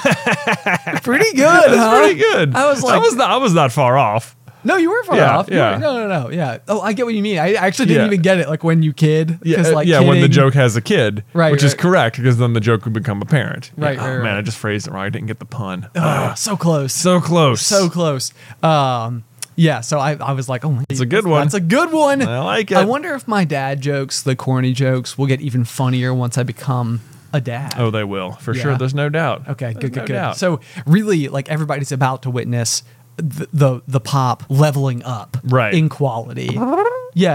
Speaker 2: Pretty good, That's huh?
Speaker 3: pretty good.
Speaker 2: I was
Speaker 3: I
Speaker 2: like-
Speaker 3: was not, I was not far off.
Speaker 2: No, you were far
Speaker 3: Yeah,
Speaker 2: off. You were-
Speaker 3: yeah.
Speaker 2: no, no, no. Yeah. Oh, I get what you mean. I actually didn't
Speaker 3: Yeah.
Speaker 2: even get it. Like when you kid.
Speaker 3: Yeah, uh,
Speaker 2: 'cause, like,
Speaker 3: yeah. When the
Speaker 2: kidding-
Speaker 3: joke has a kid,
Speaker 2: Right,
Speaker 3: which is
Speaker 2: right.
Speaker 3: correct because then the joke would become apparent.
Speaker 2: Right,
Speaker 3: Yeah.
Speaker 2: right,
Speaker 3: Oh,
Speaker 2: right.
Speaker 3: Man, I just phrased it wrong. I didn't get the pun.
Speaker 2: Ah, so close. So,
Speaker 3: so close.
Speaker 2: close. Um, yeah. So I, I was like, oh, my
Speaker 3: a good one.
Speaker 2: That's a good one.
Speaker 3: I like it.
Speaker 2: I wonder if my dad jokes, the corny jokes, will get even funnier once I become a dad.
Speaker 3: Oh, they will for sure.
Speaker 2: Yeah.
Speaker 3: There's no doubt.
Speaker 2: Okay,
Speaker 3: There's
Speaker 2: good, good,
Speaker 3: no
Speaker 2: good.
Speaker 3: doubt.
Speaker 2: So really, like everybody's about to witness the the, the pop leveling up,
Speaker 3: Right.
Speaker 2: In quality. Yeah,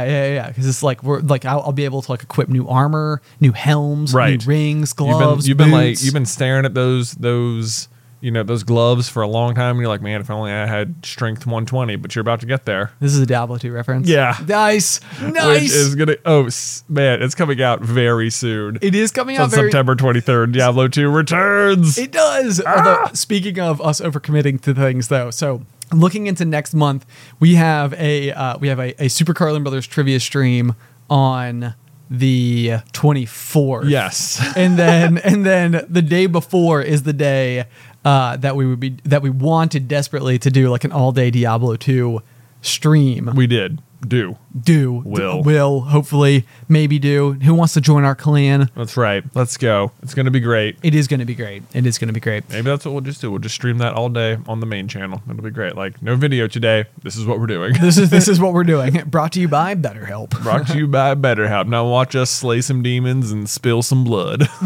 Speaker 2: yeah, yeah. Because it's like we're like I'll, I'll be able to like equip new armor, new helms,
Speaker 3: Right.
Speaker 2: new rings,
Speaker 3: you've been
Speaker 2: gloves.
Speaker 3: you've been like
Speaker 2: boots.
Speaker 3: you've been staring at those those you know those gloves for a long time. And you're like, man, if only I had strength 120. But you're about to get there.
Speaker 2: This is a Diablo 2 reference.
Speaker 3: Yeah.
Speaker 2: nice,
Speaker 3: Which
Speaker 2: nice.
Speaker 3: is gonna oh s- man, it's coming out very soon.
Speaker 2: it is coming
Speaker 3: on
Speaker 2: out very.
Speaker 3: September 23rd, Diablo 2 returns.
Speaker 2: It does.
Speaker 3: Ah!
Speaker 2: Although, speaking of us overcommitting to things, though, so looking into next month, we have a uh, we have a, a Super Carlin Brothers trivia stream on the twenty fourth.
Speaker 3: yes.
Speaker 2: and then and then the day before is the day uh, that we would be that we wanted desperately to do like an all day Diablo two stream.
Speaker 3: We did. Do.
Speaker 2: do
Speaker 3: Will.
Speaker 2: will hopefully maybe do. Who wants to join our clan?
Speaker 3: That's right. Let's go. It's gonna be great.
Speaker 2: It is going to be great. It is going to be great.
Speaker 3: Maybe that's what we'll just do. We'll just stream that all day on the main channel. It'll be great. Like, no video today. This is what we're doing.
Speaker 2: This is this is what we're doing. Brought to you by BetterHelp.
Speaker 3: Brought to you by BetterHelp. Now watch us slay some demons and spill some blood.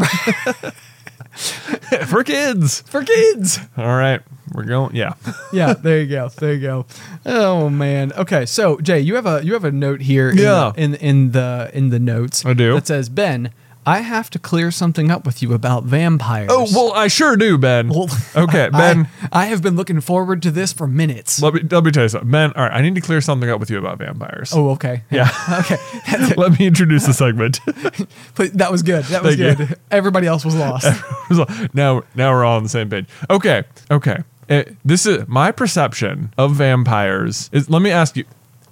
Speaker 3: For kids.
Speaker 2: for kids.
Speaker 3: All right. We're going. Yeah.
Speaker 2: Yeah, there you go. There you go. Oh man. Okay, so Jay, you have a you have a note here. in-
Speaker 3: Yeah.
Speaker 2: In in the in the notes.
Speaker 3: I do.
Speaker 2: That says Ben, I have to clear something up with you about vampires.
Speaker 3: Oh, well, I sure do, Ben.
Speaker 2: Well,
Speaker 3: okay,
Speaker 2: I-
Speaker 3: Ben.
Speaker 2: I, have been looking forward to this for minutes.
Speaker 3: Let me, let me tell you something. Ben, all right. I need to clear something up with you about vampires.
Speaker 2: Oh, okay.
Speaker 3: yeah.
Speaker 2: Okay.
Speaker 3: let me introduce the segment.
Speaker 2: But that was good. That was
Speaker 3: Thank you.
Speaker 2: good. Everybody else was lost.
Speaker 3: now, now we're all on the same page. Okay. Okay. Uh, this is my perception of vampires. Is let me ask you,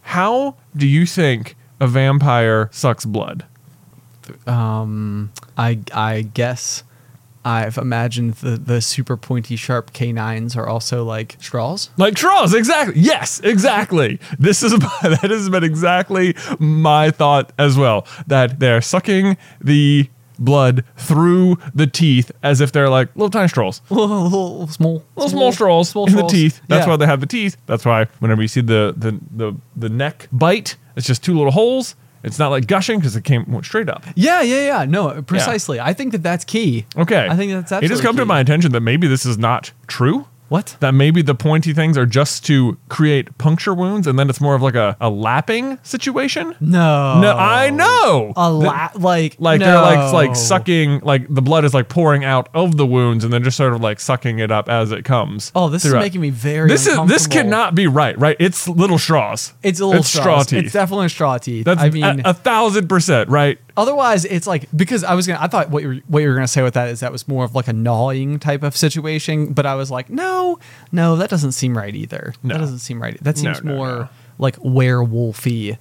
Speaker 3: how do you think a vampire sucks blood?
Speaker 2: Um, I I guess I've imagined the the super pointy, sharp canines are also like straws.
Speaker 3: Like straws, exactly. Yes, exactly. This is that has been exactly my thought as well. That they're sucking the blood through the teeth as if they're like little tiny straws,
Speaker 2: little, little small,
Speaker 3: little small straws
Speaker 2: small
Speaker 3: in
Speaker 2: straws.
Speaker 3: the teeth. That's
Speaker 2: Yeah.
Speaker 3: why they have the teeth. That's why whenever you see the the the, the neck bite, it's just two little holes. It's not like gushing because it came went straight up.
Speaker 2: Yeah, yeah, yeah. No, precisely. I think that that's key.
Speaker 3: Okay,
Speaker 2: I think that's
Speaker 3: it has
Speaker 2: absolutely
Speaker 3: come to
Speaker 2: key.
Speaker 3: my attention that maybe this is not true.
Speaker 2: What?
Speaker 3: that maybe the pointy things are just to create puncture wounds and then it's more of like a, a lapping situation
Speaker 2: No.
Speaker 3: no i know
Speaker 2: A
Speaker 3: That-
Speaker 2: la- like
Speaker 3: like they're like
Speaker 2: no.
Speaker 3: like sucking like the blood is like pouring out of the wounds and then just sort of like sucking it up as it comes
Speaker 2: Oh, this is
Speaker 3: throughout.
Speaker 2: making me very.
Speaker 3: this is this
Speaker 2: uncomfortable.
Speaker 3: cannot be right right it's little straws
Speaker 2: It's a little
Speaker 3: straw
Speaker 2: straws.
Speaker 3: teeth
Speaker 2: It's definitely straw teeth.
Speaker 3: that's
Speaker 2: I mean,
Speaker 3: a, a thousand percent right
Speaker 2: otherwise it's like because I was gonna. I thought what you were, what you were gonna say with that is that was more of like a gnawing type of situation. But I was like, no, no, that doesn't seem right either.
Speaker 3: No.
Speaker 2: That doesn't seem right. That
Speaker 3: No,
Speaker 2: seems
Speaker 3: no,
Speaker 2: more
Speaker 3: no.
Speaker 2: like werewolfy.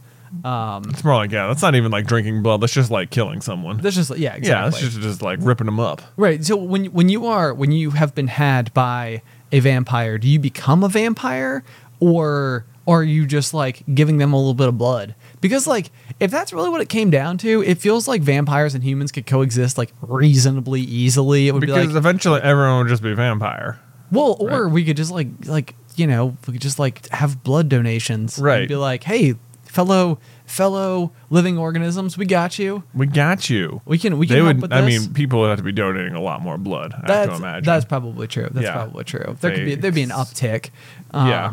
Speaker 3: it's more like yeah that's not even like drinking blood that's just like killing someone
Speaker 2: That's just yeah, exactly.
Speaker 3: yeah that's just just like ripping them up
Speaker 2: Right. So when when you are when you have been had by a vampire, do you become a vampire or are you just like giving them a little bit of blood? Because like if that's really what it came down to, it feels like vampires and humans could coexist like reasonably easily. It would
Speaker 3: because
Speaker 2: be like
Speaker 3: eventually everyone would just be a vampire
Speaker 2: well, or we could just like like you know we could just like have blood donations. and
Speaker 3: Right.
Speaker 2: be like, hey, fellow fellow living organisms, we got you.
Speaker 3: We got you.
Speaker 2: We can we can
Speaker 3: they
Speaker 2: help
Speaker 3: would.
Speaker 2: with
Speaker 3: I
Speaker 2: this.
Speaker 3: mean, people would have to be donating a lot more blood. I have to
Speaker 2: that's
Speaker 3: imagine.
Speaker 2: that's probably true. That's
Speaker 3: Yeah.
Speaker 2: probably true. There could be
Speaker 3: They-
Speaker 2: there'd be an uptick. Um,
Speaker 3: Yeah.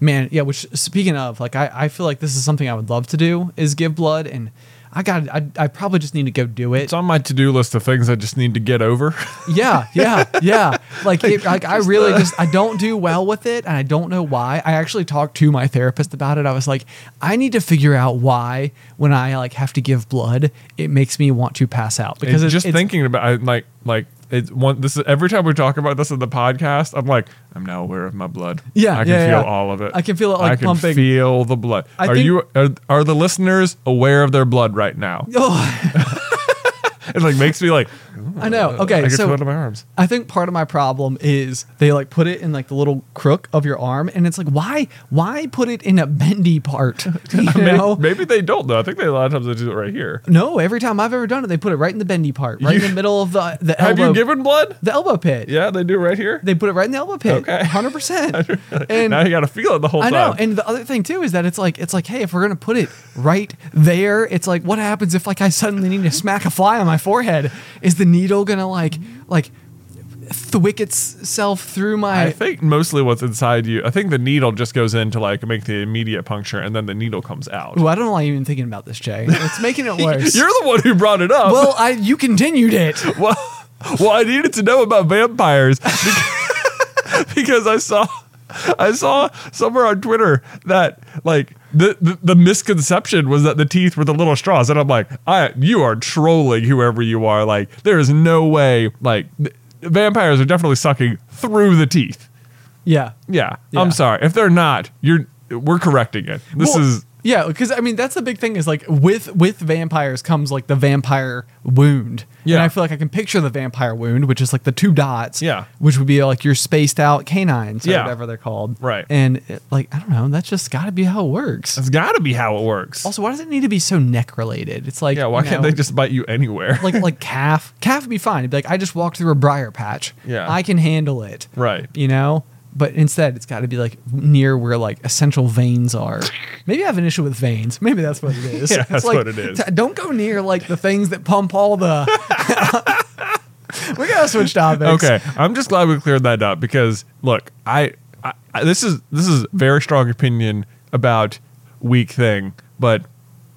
Speaker 2: man, yeah. Which speaking of, like, I, I feel like this is something I would love to do is give blood, and I got I, I probably just need to go do it.
Speaker 3: it's on my to-do list of things I just need to get over.
Speaker 2: Yeah, yeah, yeah. Like, it, like I
Speaker 3: uh,
Speaker 2: really just I don't do well with it, and I don't know why. I actually talked to my therapist about it. I was like, I need to figure out why when I like have to give blood, it makes me want to pass out because
Speaker 3: Because
Speaker 2: it's,
Speaker 3: just
Speaker 2: it's-
Speaker 3: thinking about I, like like it's one. This is every time we talk about this in the podcast. I'm like I'm now aware of my blood.
Speaker 2: Yeah,
Speaker 3: I can
Speaker 2: yeah,
Speaker 3: feel
Speaker 2: yeah.
Speaker 3: all of it.
Speaker 2: I can feel it, like,
Speaker 3: I can
Speaker 2: pumping.
Speaker 3: feel the blood.
Speaker 2: I
Speaker 3: are
Speaker 2: think-
Speaker 3: you are, are the listeners aware of their blood right now?
Speaker 2: Oh,
Speaker 3: It like makes me like
Speaker 2: I know. Okay,
Speaker 3: I can
Speaker 2: so
Speaker 3: feel it in my arms.
Speaker 2: I think part of my problem is they like put it in like the little crook of your arm, and it's like why why put it in a bendy part? You
Speaker 3: May-
Speaker 2: know?
Speaker 3: Maybe they don't though. I think they a lot of times they do it right here.
Speaker 2: No, every time I've ever done it, they put it right in the bendy part, right
Speaker 3: You-
Speaker 2: in the middle of the the
Speaker 3: Have
Speaker 2: elbow,
Speaker 3: you given blood?
Speaker 2: the elbow pit.
Speaker 3: Yeah, they do right here.
Speaker 2: They put it right in the elbow pit.
Speaker 3: Okay.
Speaker 2: hundred percent. And
Speaker 3: now you got to feel it the whole
Speaker 2: I
Speaker 3: time.
Speaker 2: know. And the other thing too is that it's like it's like, hey, if we're gonna put it right there, it's like, what happens if like I suddenly need to smack a fly on my forehead? Is the needle gonna like like thwick itself through my?
Speaker 3: I think mostly what's inside you. I think the needle just goes in to like make the immediate puncture, and then the needle comes out.
Speaker 2: Ooh, I don't know why I'm even thinking about this, Jay. It's making it worse.
Speaker 3: You're the one who brought it up.
Speaker 2: well, I you continued it.
Speaker 3: well, well, I needed to know about vampires beca- because I saw, I saw somewhere on Twitter that like the, the the misconception was that the teeth were the little straws, and I'm like, I you are trolling whoever you are. Like there is no way. Like th- vampires are definitely sucking through the teeth.
Speaker 2: Yeah.
Speaker 3: Yeah,
Speaker 2: Yeah.
Speaker 3: I'm sorry if they're not. You're we're correcting it. This
Speaker 2: Well,
Speaker 3: is
Speaker 2: yeah, because I mean that's the big thing is like with with vampires comes like the vampire wound. and
Speaker 3: Yeah.
Speaker 2: I feel like I can picture the vampire wound, which is like the two dots.
Speaker 3: Yeah.
Speaker 2: which would be like your spaced out canines or
Speaker 3: Yeah.
Speaker 2: whatever they're called.
Speaker 3: Right.
Speaker 2: and it, like I don't know, that's just got to be how it works.
Speaker 3: it's got to be how it works.
Speaker 2: Also, why does it need to be so neck related? It's like
Speaker 3: yeah, why
Speaker 2: you
Speaker 3: can't
Speaker 2: know,
Speaker 3: they just bite you anywhere?
Speaker 2: like like calf calf would be fine. It'd be like I just walked through a briar patch.
Speaker 3: Yeah.
Speaker 2: I can handle it.
Speaker 3: Right.
Speaker 2: You know. But instead, it's got to be like near where like essential veins are. Maybe I have an issue with veins. Maybe that's what it is.
Speaker 3: Yeah,
Speaker 2: It's
Speaker 3: that's
Speaker 2: like,
Speaker 3: what it is.
Speaker 2: t- don't go near like the things that pump all the. we gotta switch topics.
Speaker 3: Okay, I'm just glad we cleared that up because look, I, I, I this is this is very strong opinion about weak thing, but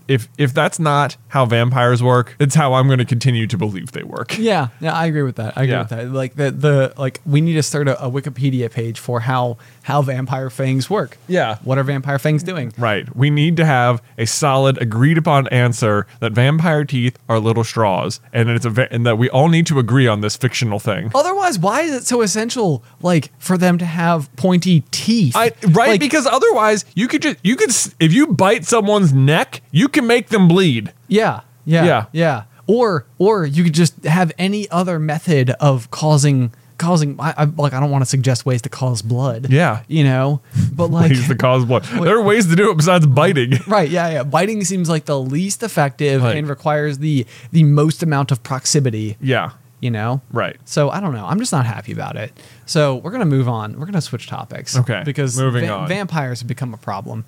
Speaker 3: if if that's not how vampires work, it's how I'm going to continue to believe they work.
Speaker 2: Yeah, yeah, I agree with that. I agree
Speaker 3: Yeah.
Speaker 2: with that. Like the the like we need to start a, a Wikipedia page for how how vampire fangs work.
Speaker 3: Yeah.
Speaker 2: What are vampire fangs doing?
Speaker 3: Right. We need to have a solid, agreed upon answer that vampire teeth are little straws, and it's a va- and that we all need to agree on this fictional thing.
Speaker 2: Otherwise, why is it so essential, like, for them to have pointy teeth?
Speaker 3: I, right,
Speaker 2: Like,
Speaker 3: because otherwise you could just you could s- if you bite someone's neck, you can make them bleed.
Speaker 2: yeah, yeah, yeah,
Speaker 3: Yeah.
Speaker 2: Or, or you could just have any other method of causing causing. I, I, like, I don't want to suggest ways to cause blood.
Speaker 3: Yeah.
Speaker 2: you know, but like,
Speaker 3: He's the cause blood. There are ways to do it besides biting.
Speaker 2: right, yeah, yeah. Biting seems like the least effective
Speaker 3: Like-
Speaker 2: and requires the the most amount of proximity.
Speaker 3: Yeah.
Speaker 2: You know,
Speaker 3: Right.
Speaker 2: So I don't know. I'm just not happy about it. So we're gonna move on. We're gonna switch topics.
Speaker 3: Okay,
Speaker 2: Because
Speaker 3: moving
Speaker 2: va-
Speaker 3: on.
Speaker 2: vampires have become a problem.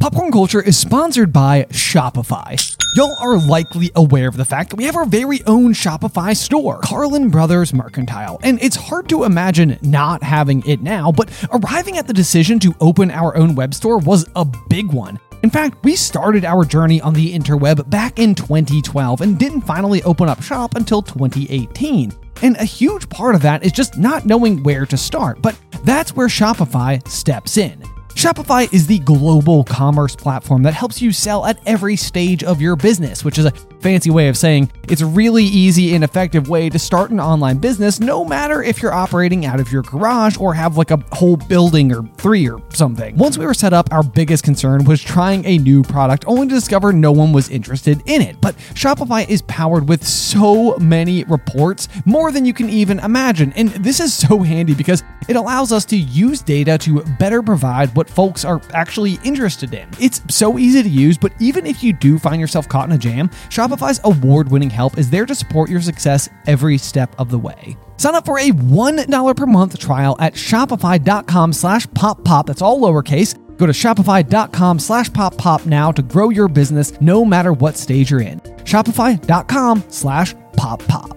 Speaker 2: Popcorn culture is sponsored by Shopify. Y'all are likely aware of the fact that we have our very own Shopify store, Carlin Brothers Mercantile, and it's hard to imagine not having it now. But arriving at the decision to open our own web store was a big one. In fact, we started our journey on the interweb back in 2012 and didn't finally open up shop until 2018. And a huge part of that is just not knowing where to start, but that's where Shopify steps in. Shopify is the global commerce platform that helps you sell at every stage of your business, which is a fancy way of saying it's a really easy and effective way to start an online business, no matter if you're operating out of your garage or have like a whole building or three or something. Once we were set up, our biggest concern was trying a new product only to discover no one was interested in it. But Shopify is powered with so many reports, more than you can even imagine. And this is so handy because it allows us to use data to better provide what folks are actually interested in. It's so easy to use, but even if you do find yourself caught in a jam, Shopify
Speaker 4: Shopify's award winning help is there to support your success every step of the way. Sign up for a $1 per month trial at shopify.com slash pop pop. That's all lowercase. Go to shopify.com slash pop pop now to grow your business no matter what stage you're in. Shopify.com slash pop pop.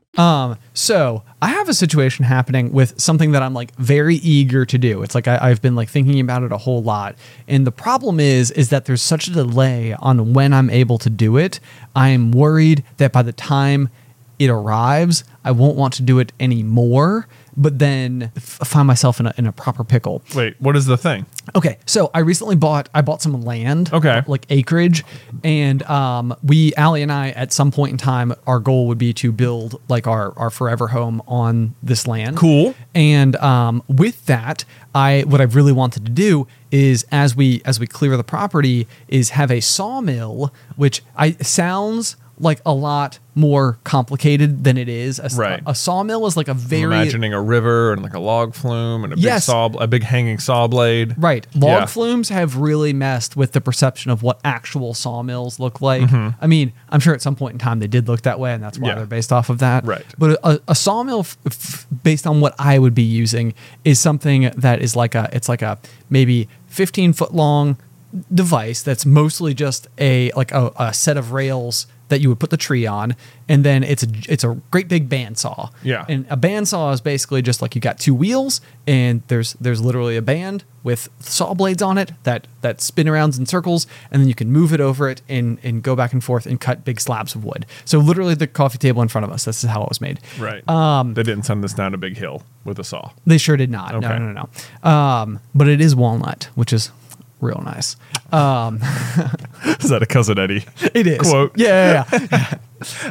Speaker 2: Um, so I have a situation happening with something that I'm like very eager to do. It's like I, I've been like thinking about it a whole lot. And the problem is, is that there's such a delay on when I'm able to do it. I am worried that by the time it arrives, I won't want to do it anymore. But then f- find myself in a, in a proper pickle.
Speaker 3: Wait, what is the thing?
Speaker 2: Okay, so I recently bought I bought some land.
Speaker 3: Okay.
Speaker 2: Like acreage. And um we Allie and I at some point in time, our goal would be to build like our, our forever home on this land.
Speaker 3: Cool.
Speaker 2: And um with that, I what I've really wanted to do is as we as we clear the property is have a sawmill, which I sounds like a lot more complicated than it is. A, s-
Speaker 3: Right.
Speaker 2: a sawmill is like a very
Speaker 3: Imagining a river and like a log flume and a
Speaker 2: Yes.
Speaker 3: big saw, a big hanging saw blade.
Speaker 2: Right. Log
Speaker 3: Yeah.
Speaker 2: flumes have really messed with the perception of what actual sawmills look like. I mean, I'm sure at some point in time they did look that way, and that's why
Speaker 3: Mm-hmm. Yeah.
Speaker 2: they're based off of that.
Speaker 3: Right.
Speaker 2: But a, a sawmill, f- f- based on what I would be using, is something that is like a, it's like a maybe 15 foot long device that's mostly just a like a, a set of rails that you would put the tree on, and then it's a it's a great big bandsaw.
Speaker 4: Yeah.
Speaker 2: and a bandsaw is basically just like you got two wheels, and there's there's literally a band with saw blades on it that that spin around in circles, and then you can move it over it and and go back and forth and cut big slabs of wood. So literally the coffee table in front of us. This is how it was made.
Speaker 4: Right. Um, they didn't send this down a big hill with a saw.
Speaker 2: They sure did not. No,
Speaker 4: Okay.
Speaker 2: no, no, no. Um, but it is walnut, which is real nice.
Speaker 4: Is that a cousin Eddie?
Speaker 2: It is.
Speaker 4: Quote.
Speaker 2: Yeah. yeah,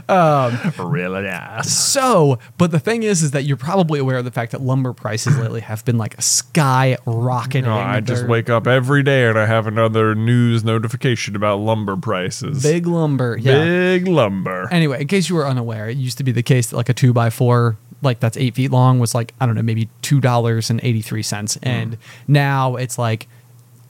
Speaker 2: yeah.
Speaker 4: really ass.
Speaker 2: so, but the thing is, is that you're probably aware of the fact that lumber prices lately have been like skyrocketing.
Speaker 4: No, I just
Speaker 2: They're
Speaker 4: wake up every day and I have another news notification about lumber prices.
Speaker 2: Big lumber. Yeah.
Speaker 4: Big lumber.
Speaker 2: Anyway, in case you were unaware, it used to be the case that like a two by four, like that's eight feet long, was like, I don't know, maybe $2.83. And now it's like,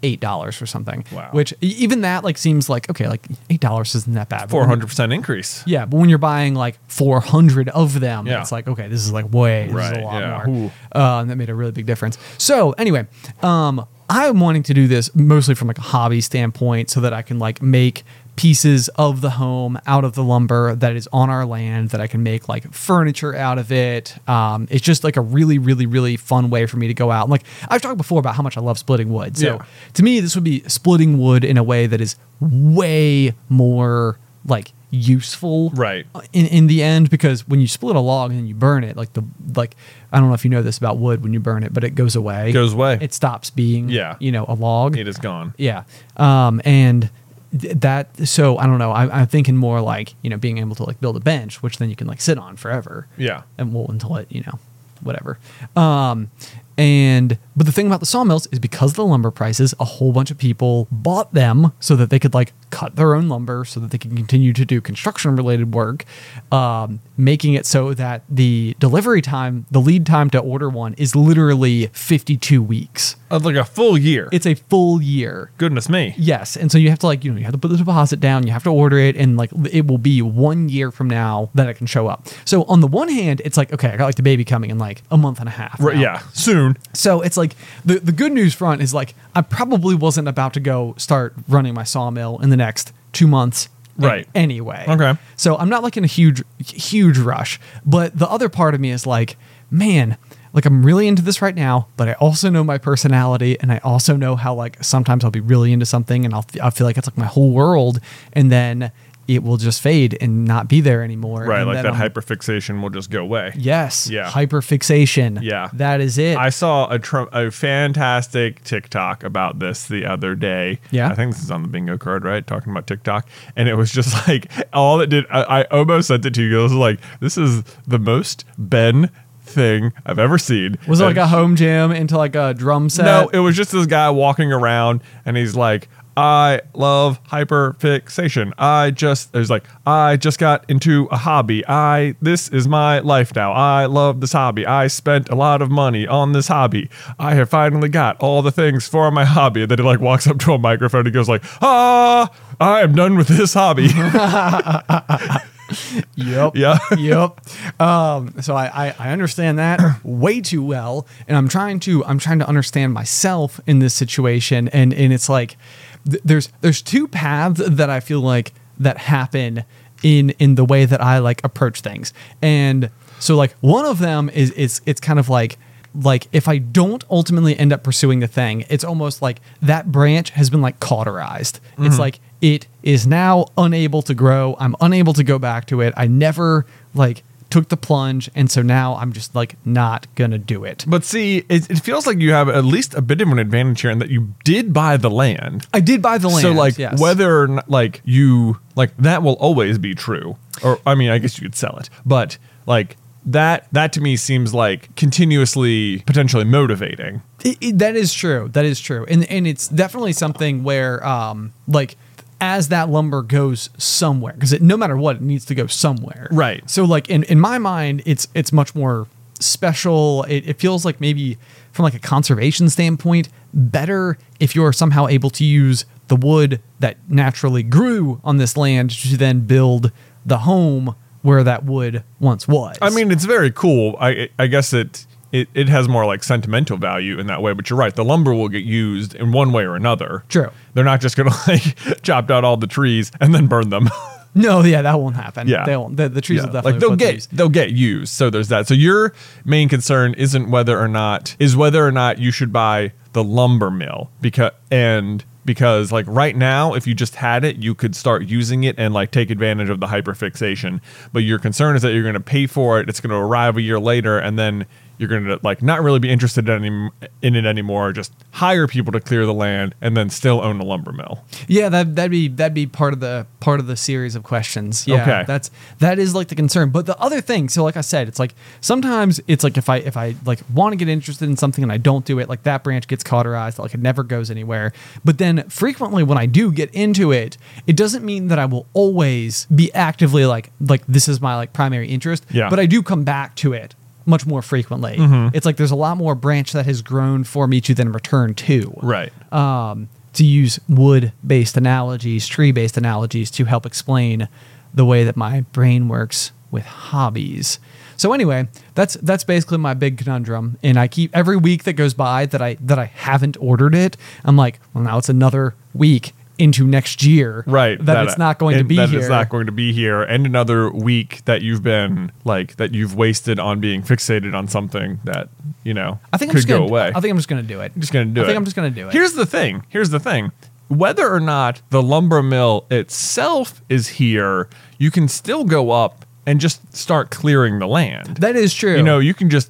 Speaker 2: Eight dollars or something,
Speaker 4: Wow.
Speaker 2: which e- even that like seems like okay, like eight dollars isn't that bad. but when-
Speaker 4: 400% increase.
Speaker 2: Yeah, but when you're buying like 400 of them,
Speaker 4: Yeah.
Speaker 2: it's like, okay, this is like way, this is
Speaker 4: Right,
Speaker 2: a lot
Speaker 4: yeah.
Speaker 2: more. Um, that made a really big difference. So anyway, um, I'm wanting to do this mostly from like a hobby standpoint so that I can like make pieces of the home out of the lumber that is on our land that I can make like furniture out of it. Um, it's just like a really, really, really fun way for me to go out. Like I've talked before about how much I love splitting wood. So
Speaker 4: Yeah.
Speaker 2: to me, this would be splitting wood in a way that is way more like useful
Speaker 4: Right.
Speaker 2: in in the end because when you split a log and you burn it like the like i don't know if you know this about wood when you burn it but it goes away it
Speaker 4: Goes away.
Speaker 2: it stops being
Speaker 4: Yeah.
Speaker 2: you know a log
Speaker 4: It is gone.
Speaker 2: yeah um and th- that so i don't know I, i'm thinking more like you know being able to like build a bench which then you can like sit on forever
Speaker 4: Yeah.
Speaker 2: and well until it you know whatever um and but the thing about the sawmills is because of the lumber prices a whole bunch of people bought them so that they could like cut their own lumber so that they can continue to do construction related work um, making it so that the delivery time the lead time to order one is literally 52 weeks
Speaker 4: That's Uh, like a full year.
Speaker 2: it's a full year
Speaker 4: Goodness me.
Speaker 2: Yes, and so you have to like you know you have to put the deposit down, you have to order it, and like it will be one year from now that it can show up. So on the one hand, it's like okay, I got like the baby coming in like a month and a half.
Speaker 4: Right,
Speaker 2: now.
Speaker 4: yeah. Soon.
Speaker 2: So it's like the the good news front is like I probably wasn't about to go start running my sawmill in the next two months. a-
Speaker 4: Right.
Speaker 2: Anyway.
Speaker 4: Okay.
Speaker 2: So I'm not like in a huge huge rush, but the other part of me is like, man. Like I'm really into this right now, but I also know my personality, and I also know how like sometimes I'll be really into something, and I'll I feel like it's like my whole world, and then it will just fade and not be there anymore.
Speaker 4: Right.
Speaker 2: and
Speaker 4: Like
Speaker 2: then
Speaker 4: that
Speaker 2: I'm-
Speaker 4: hyperfixation will just go away.
Speaker 2: Yes.
Speaker 4: Yeah.
Speaker 2: Hyperfixation.
Speaker 4: Yeah.
Speaker 2: That is it.
Speaker 4: I saw a tr- a fantastic TikTok about this the other day.
Speaker 2: Yeah?
Speaker 4: I think this is on the bingo card, right? Talking about TikTok, and it was just like all it did. I, I almost sent it to you. It was like this is the most Ben thing I've ever seen.
Speaker 2: Was it like
Speaker 4: And-
Speaker 2: a home gym into like a drum set?
Speaker 4: No, it was just this guy walking around and he's like, I love hyperfixation. I just there's like I just got into a hobby. I this is my life now. I love this hobby. I spent a lot of money on this hobby. I have finally got all the things for my hobby. And then he like walks up to a microphone and goes like, Ah, I am done with this hobby.
Speaker 2: yep.
Speaker 4: yeah.
Speaker 2: yep. Um, so I, I, I understand that way too well, and I'm trying to I'm trying to understand myself in this situation, and and it's like th- there's there's two paths that I feel like that happen in in the way that I like approach things, and so like one of them is it's it's kind of like like if I don't ultimately end up pursuing the thing, it's almost like that branch has been like cauterized. It's like it is now unable to grow. I'm unable to go back to it. I never like took the plunge, and so now I'm just like not gonna do it.
Speaker 4: But see, it, it feels like you have at least a bit of an advantage here in that you did buy the land.
Speaker 2: I did buy the land.
Speaker 4: So like
Speaker 2: yes.
Speaker 4: whether or not, like you like that will always be true. Or I mean, I guess you could sell it, but like that that to me seems like continuously potentially motivating.
Speaker 2: It- it- that is true. That is true, and and it's definitely something where um like as that lumber goes somewhere because no matter what it needs to go somewhere.
Speaker 4: Right.
Speaker 2: So like in in my mind, it's it's much more special. It, it feels like maybe from like a conservation standpoint, better if you're somehow able to use the wood that naturally grew on this land to then build the home where that wood once was.
Speaker 4: I mean, it's very cool. I I guess it it, it has more like sentimental value in that way. But you're right, the lumber will get used in one way or another.
Speaker 2: True.
Speaker 4: They're not just gonna like chop down all the trees and then burn them.
Speaker 2: No, yeah, that won't happen.
Speaker 4: Yeah.
Speaker 2: they won't. The, the trees
Speaker 4: Yeah,
Speaker 2: will definitely
Speaker 4: like they'll
Speaker 2: put
Speaker 4: get
Speaker 2: these.
Speaker 4: they'll get used. So there's that. So your main concern isn't whether or not is whether or not you should buy the lumber mill because and because like right now if you just had it you could start using it and like take advantage of the hyperfixation but your concern is that you're going to pay for it it's going to arrive a year later and then you're going to like not really be interested in, any, in it anymore just hire people to clear the land and then still own a lumber mill
Speaker 2: Yeah, that that'd be that'd be part of the part of the series of questions. Yeah,
Speaker 4: Okay.
Speaker 2: that's that is like the concern. But the other thing, so like I said, it's like sometimes it's like if I if I like want to get interested in something and I don't do it, like that branch gets cauterized, like it never goes anywhere. But then frequently when I do get into it, it doesn't mean that I will always be actively like like this is my like primary interest.
Speaker 4: Yeah. Mm-hmm.
Speaker 2: but I do come back to it much more frequently. It's like there's a lot more branch that has grown for me to then return to
Speaker 4: right
Speaker 2: um, to use wood based analogies, tree based analogies to help explain the way that my brain works with hobbies. So anyway, that's that's basically my big conundrum, and I keep every week that goes by that I that I haven't ordered it. I'm like, well, now it's another week into next year,
Speaker 4: right
Speaker 2: That, it's not going to
Speaker 4: and
Speaker 2: be
Speaker 4: that
Speaker 2: here.
Speaker 4: it's not going to be here and another week that you've been like that you've wasted on being fixated on something that you know
Speaker 2: I think I'm
Speaker 4: could
Speaker 2: just
Speaker 4: go
Speaker 2: gonna,
Speaker 4: away
Speaker 2: I think I'm just going to do it.
Speaker 4: I'm just gonna do
Speaker 2: I
Speaker 4: it
Speaker 2: think I'm just going to do it.
Speaker 4: here's the thing here's the thing whether or not the lumber mill itself is here you can still go up and just start clearing the land
Speaker 2: that is true.
Speaker 4: you know, you can just,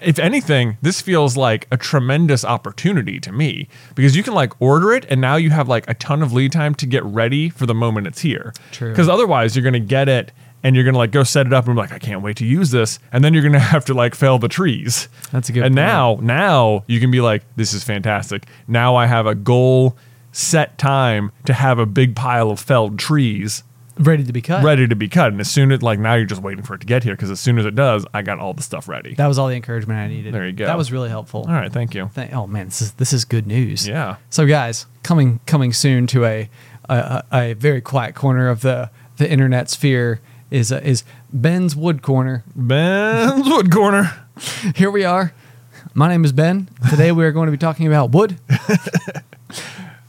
Speaker 4: if anything, this feels like a tremendous opportunity to me because you can like order it and now you have like a ton of lead time to get ready for the moment it's here.
Speaker 2: True.
Speaker 4: Because otherwise, you're going to get it and you're going to like go set it up and be like, I can't wait to use this. And then you're going to have to like fell the trees.
Speaker 2: That's a good
Speaker 4: And
Speaker 2: point.
Speaker 4: now, now you can be like, this is fantastic. Now I have a goal set time to have a big pile of felled trees
Speaker 2: ready to be cut.
Speaker 4: ready to be cut. And as soon as like now you're just waiting for it to get here because as soon as it does, I got all the stuff ready.
Speaker 2: That was all the encouragement I needed.
Speaker 4: There you go.
Speaker 2: That was really helpful.
Speaker 4: all right, thank you.
Speaker 2: Thank, oh man, this is this is good news.
Speaker 4: Yeah.
Speaker 2: So guys, coming coming soon to a a, a, a very quiet corner of the the internet sphere is uh, is Ben's Wood Corner.
Speaker 4: Ben's wood corner.
Speaker 2: Here we are. My name is Ben. Today we are going to be talking about wood.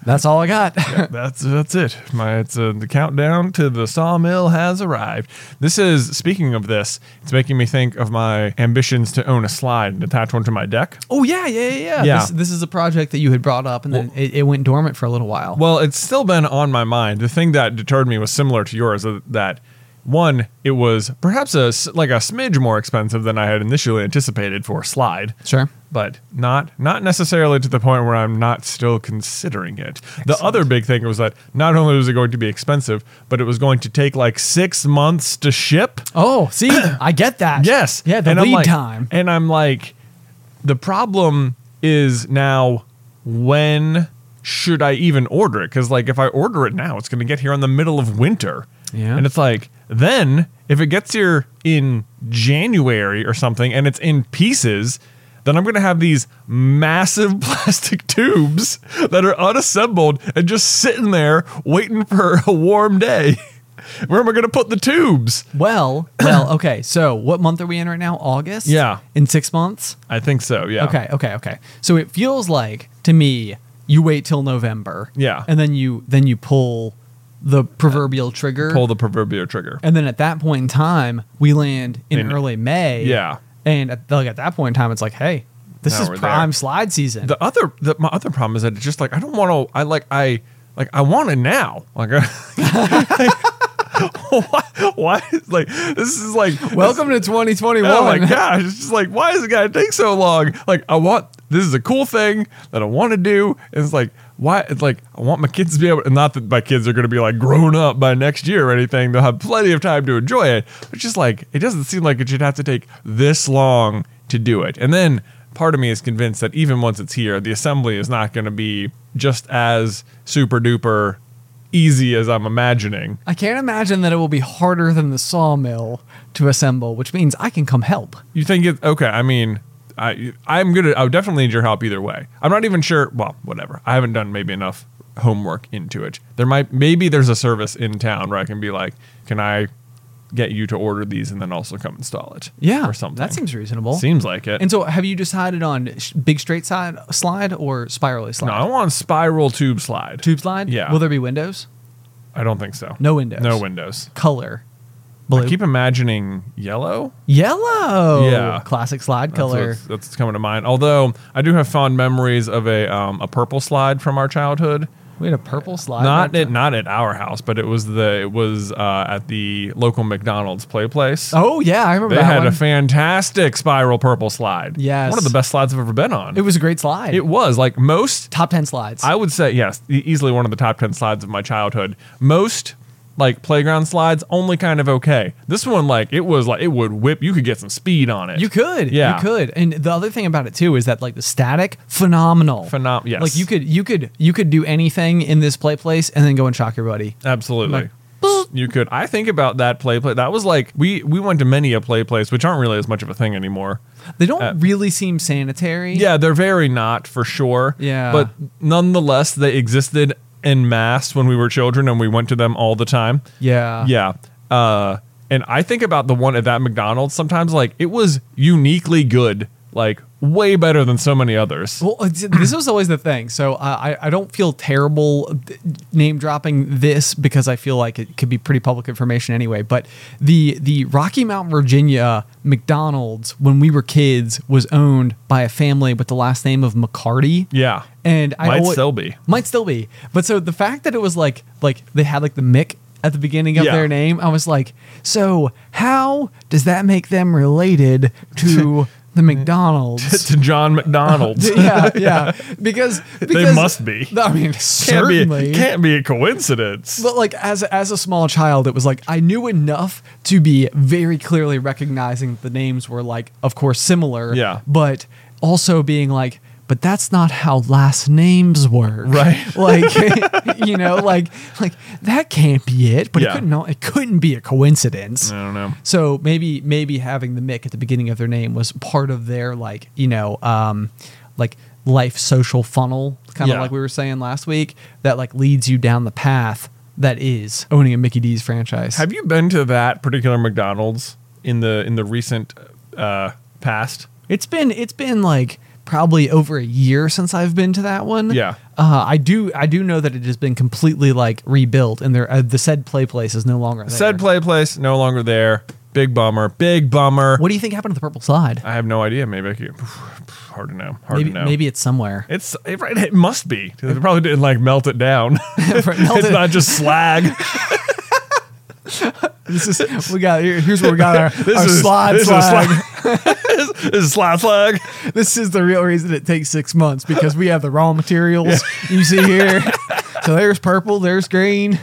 Speaker 2: That's all I got.
Speaker 4: That's that's it. My it's uh, the countdown to the sawmill has arrived. This is speaking of this, it's making me think of my ambitions to own a slide and attach one to my deck.
Speaker 2: oh yeah, yeah, yeah, yeah.
Speaker 4: Yeah.
Speaker 2: This, this is a project that you had brought up, and then it, it went dormant for a little while.
Speaker 4: Well, it's still been on my mind. The thing that deterred me was similar to yours uh, that one, it was perhaps a s- like a smidge more expensive than I had initially anticipated for a slide.
Speaker 2: sure.
Speaker 4: but not not necessarily to the point where I'm not still considering it. The other big thing was that not only was it going to be expensive, but it was going to take like six months to ship.
Speaker 2: Oh, see, I get that.
Speaker 4: Yes,
Speaker 2: Yeah, the
Speaker 4: And I'm
Speaker 2: lead
Speaker 4: like-
Speaker 2: time.
Speaker 4: And I'm like, the problem is now when should I even order it? Because like if I order it now, it's going to get here in the middle of winter.
Speaker 2: Yeah.
Speaker 4: and it's like then if it gets here in January or something, and it's in pieces. Then I'm gonna have these massive plastic tubes that are unassembled and just sitting there waiting for a warm day. Where am I gonna put the tubes?
Speaker 2: Well, well, okay. So, what month are we in right now? August.
Speaker 4: Yeah.
Speaker 2: In six months.
Speaker 4: I think so. Yeah.
Speaker 2: Okay. Okay. Okay. So it feels like to me, you wait till November.
Speaker 4: Yeah. Uh,
Speaker 2: And then you then you pull the proverbial trigger.
Speaker 4: pull the proverbial trigger.
Speaker 2: and then at that point in time, we land in,
Speaker 4: In-
Speaker 2: early May.
Speaker 4: Yeah.
Speaker 2: And at, like at that point in time, it's like, hey, this
Speaker 4: Now
Speaker 2: is
Speaker 4: we're
Speaker 2: prime
Speaker 4: there.
Speaker 2: slide season.
Speaker 4: The other, the, my other problem is that it's just like I don't want to. I like I like I want it now. Like, why, why? Like this is like
Speaker 2: Welcome to 2021.
Speaker 4: Oh my gosh! It's just like why is it gotta take so long? Like I want this is a cool thing that I want to do. And it's like why? It's like I want my kids to be able. Not that my kids are gonna be like grown up by next year or anything. They'll have plenty of time to enjoy it. But just like it doesn't seem like it should have to take this long to do it. And then part of me is convinced that even once it's here, the assembly is not gonna be just as super duper easy as I'm imagining.
Speaker 2: I can't imagine that it will be harder than the sawmill to assemble, which means I can come help.
Speaker 4: You think it okay? I mean, I I'm gonna I would definitely need your help either way. I'm not even sure. Well, whatever. I haven't done maybe enough homework into it. There might maybe there's a service in town where I can be like, can I get you to order these and then also come install it?
Speaker 2: Yeah,
Speaker 4: or something.
Speaker 2: That seems reasonable.
Speaker 4: seems like it.
Speaker 2: And so, have you decided on sh- big straight side slide or spirally slide?
Speaker 4: no, I want a spiral tube slide.
Speaker 2: Tube slide.
Speaker 4: Yeah.
Speaker 2: Will there be windows?
Speaker 4: I don't think so.
Speaker 2: No windows.
Speaker 4: No windows.
Speaker 2: Color. Blue.
Speaker 4: I keep imagining yellow.
Speaker 2: Yellow.
Speaker 4: Yeah.
Speaker 2: Classic slide
Speaker 4: That's
Speaker 2: color.
Speaker 4: what's- That's, what's coming to mind. Although I do have fond memories of a um, a purple slide from our childhood.
Speaker 2: We had a purple slide.
Speaker 4: Not
Speaker 2: one
Speaker 4: at
Speaker 2: time.
Speaker 4: not at our house, but it was the it was uh, at the local McDonald's play place.
Speaker 2: Oh yeah, I remember
Speaker 4: they
Speaker 2: that
Speaker 4: had
Speaker 2: one.
Speaker 4: a fantastic spiral purple slide.
Speaker 2: Yes.
Speaker 4: one of the best slides I've ever been on.
Speaker 2: it was a great slide.
Speaker 4: It was like most
Speaker 2: Top ten slides.
Speaker 4: I would say yes, e- easily one of the top 10 slides of my childhood. Most like playground slides only kind of okay. This one like it was like it would whip you could get some speed on it.
Speaker 2: You could,
Speaker 4: Yeah.
Speaker 2: you could, and the other thing about it too is that like the static, phenomenal,
Speaker 4: Phenom- yes.
Speaker 2: Like you could, you could, you could do anything in this play place and then go and shock your buddy.
Speaker 4: Absolutely.
Speaker 2: Like, boop.
Speaker 4: you could. I think about that play play. That was like we we went to many a play place, which aren't really as much of a thing anymore.
Speaker 2: They don't
Speaker 4: Uh,
Speaker 2: really seem sanitary.
Speaker 4: Yeah, they're very not for sure.
Speaker 2: Yeah.
Speaker 4: but nonetheless, they existed en masse when we were children, and we went to them all the time.
Speaker 2: yeah,
Speaker 4: yeah. Uh, and I think about the one at that McDonald's sometimes, like it was uniquely good, like way better than so many others.
Speaker 2: Well, it's- this was always the thing. So I, I- I don't feel terrible d- name dropping this because I feel like it could be pretty public information anyway. But the the Rocky Mount, Virginia McDonald's when we were kids was owned by a family with the last name of McCarty.
Speaker 4: yeah.
Speaker 2: and I
Speaker 4: Might
Speaker 2: alwa-
Speaker 4: still be.
Speaker 2: might still be. But so the fact that it was like like they had like the Mick at the beginning of
Speaker 4: Yeah.
Speaker 2: their name, I was like, so how does that make them related to the McDonald's?
Speaker 4: to John McDonald's.
Speaker 2: yeah, yeah, because, because
Speaker 4: must be.
Speaker 2: I mean,
Speaker 4: Can't be,
Speaker 2: certainly.
Speaker 4: can't be a coincidence.
Speaker 2: But like as as a small child, it was like I knew enough to be very clearly recognizing that the names were like, of course, similar.
Speaker 4: Yeah.
Speaker 2: But also being like, but that's not how last names work.
Speaker 4: Right.
Speaker 2: Like you know, like like that can't be it. But
Speaker 4: Yeah.
Speaker 2: it couldn't al- it couldn't be a coincidence.
Speaker 4: I don't know.
Speaker 2: So maybe maybe having the Mick at the beginning of their name was part of their like you know um, like life social funnel, kind of
Speaker 4: Yeah.
Speaker 2: like we were saying last week, that like leads you down the path that is owning a Mickey D's franchise.
Speaker 4: Have you been to that particular McDonald's in the in the recent uh, past?
Speaker 2: it's been it's been like probably over a year since I've been to that one.
Speaker 4: Yeah.
Speaker 2: uh, I do I do know that it has been completely like rebuilt, and there uh, the said play place is no longer there.
Speaker 4: Said play place no longer there. Big bummer. Big bummer.
Speaker 2: What do you think happened to the purple slide?
Speaker 4: I have no idea. Maybe I could. Hard to know. Hard
Speaker 2: Maybe
Speaker 4: to know.
Speaker 2: maybe it's somewhere.
Speaker 4: It's it, right, it must be. 'cause They probably didn't like melt it down.
Speaker 2: Melt
Speaker 4: it's
Speaker 2: it-
Speaker 4: not just slag.
Speaker 2: This is we got here, here's where we got our,
Speaker 4: This
Speaker 2: our
Speaker 4: is
Speaker 2: slide
Speaker 4: this
Speaker 2: slag.
Speaker 4: Is a slag. this, this is slide slag.
Speaker 2: This is the real reason it takes six months because we have the raw materials you see here. So there's purple, there's green,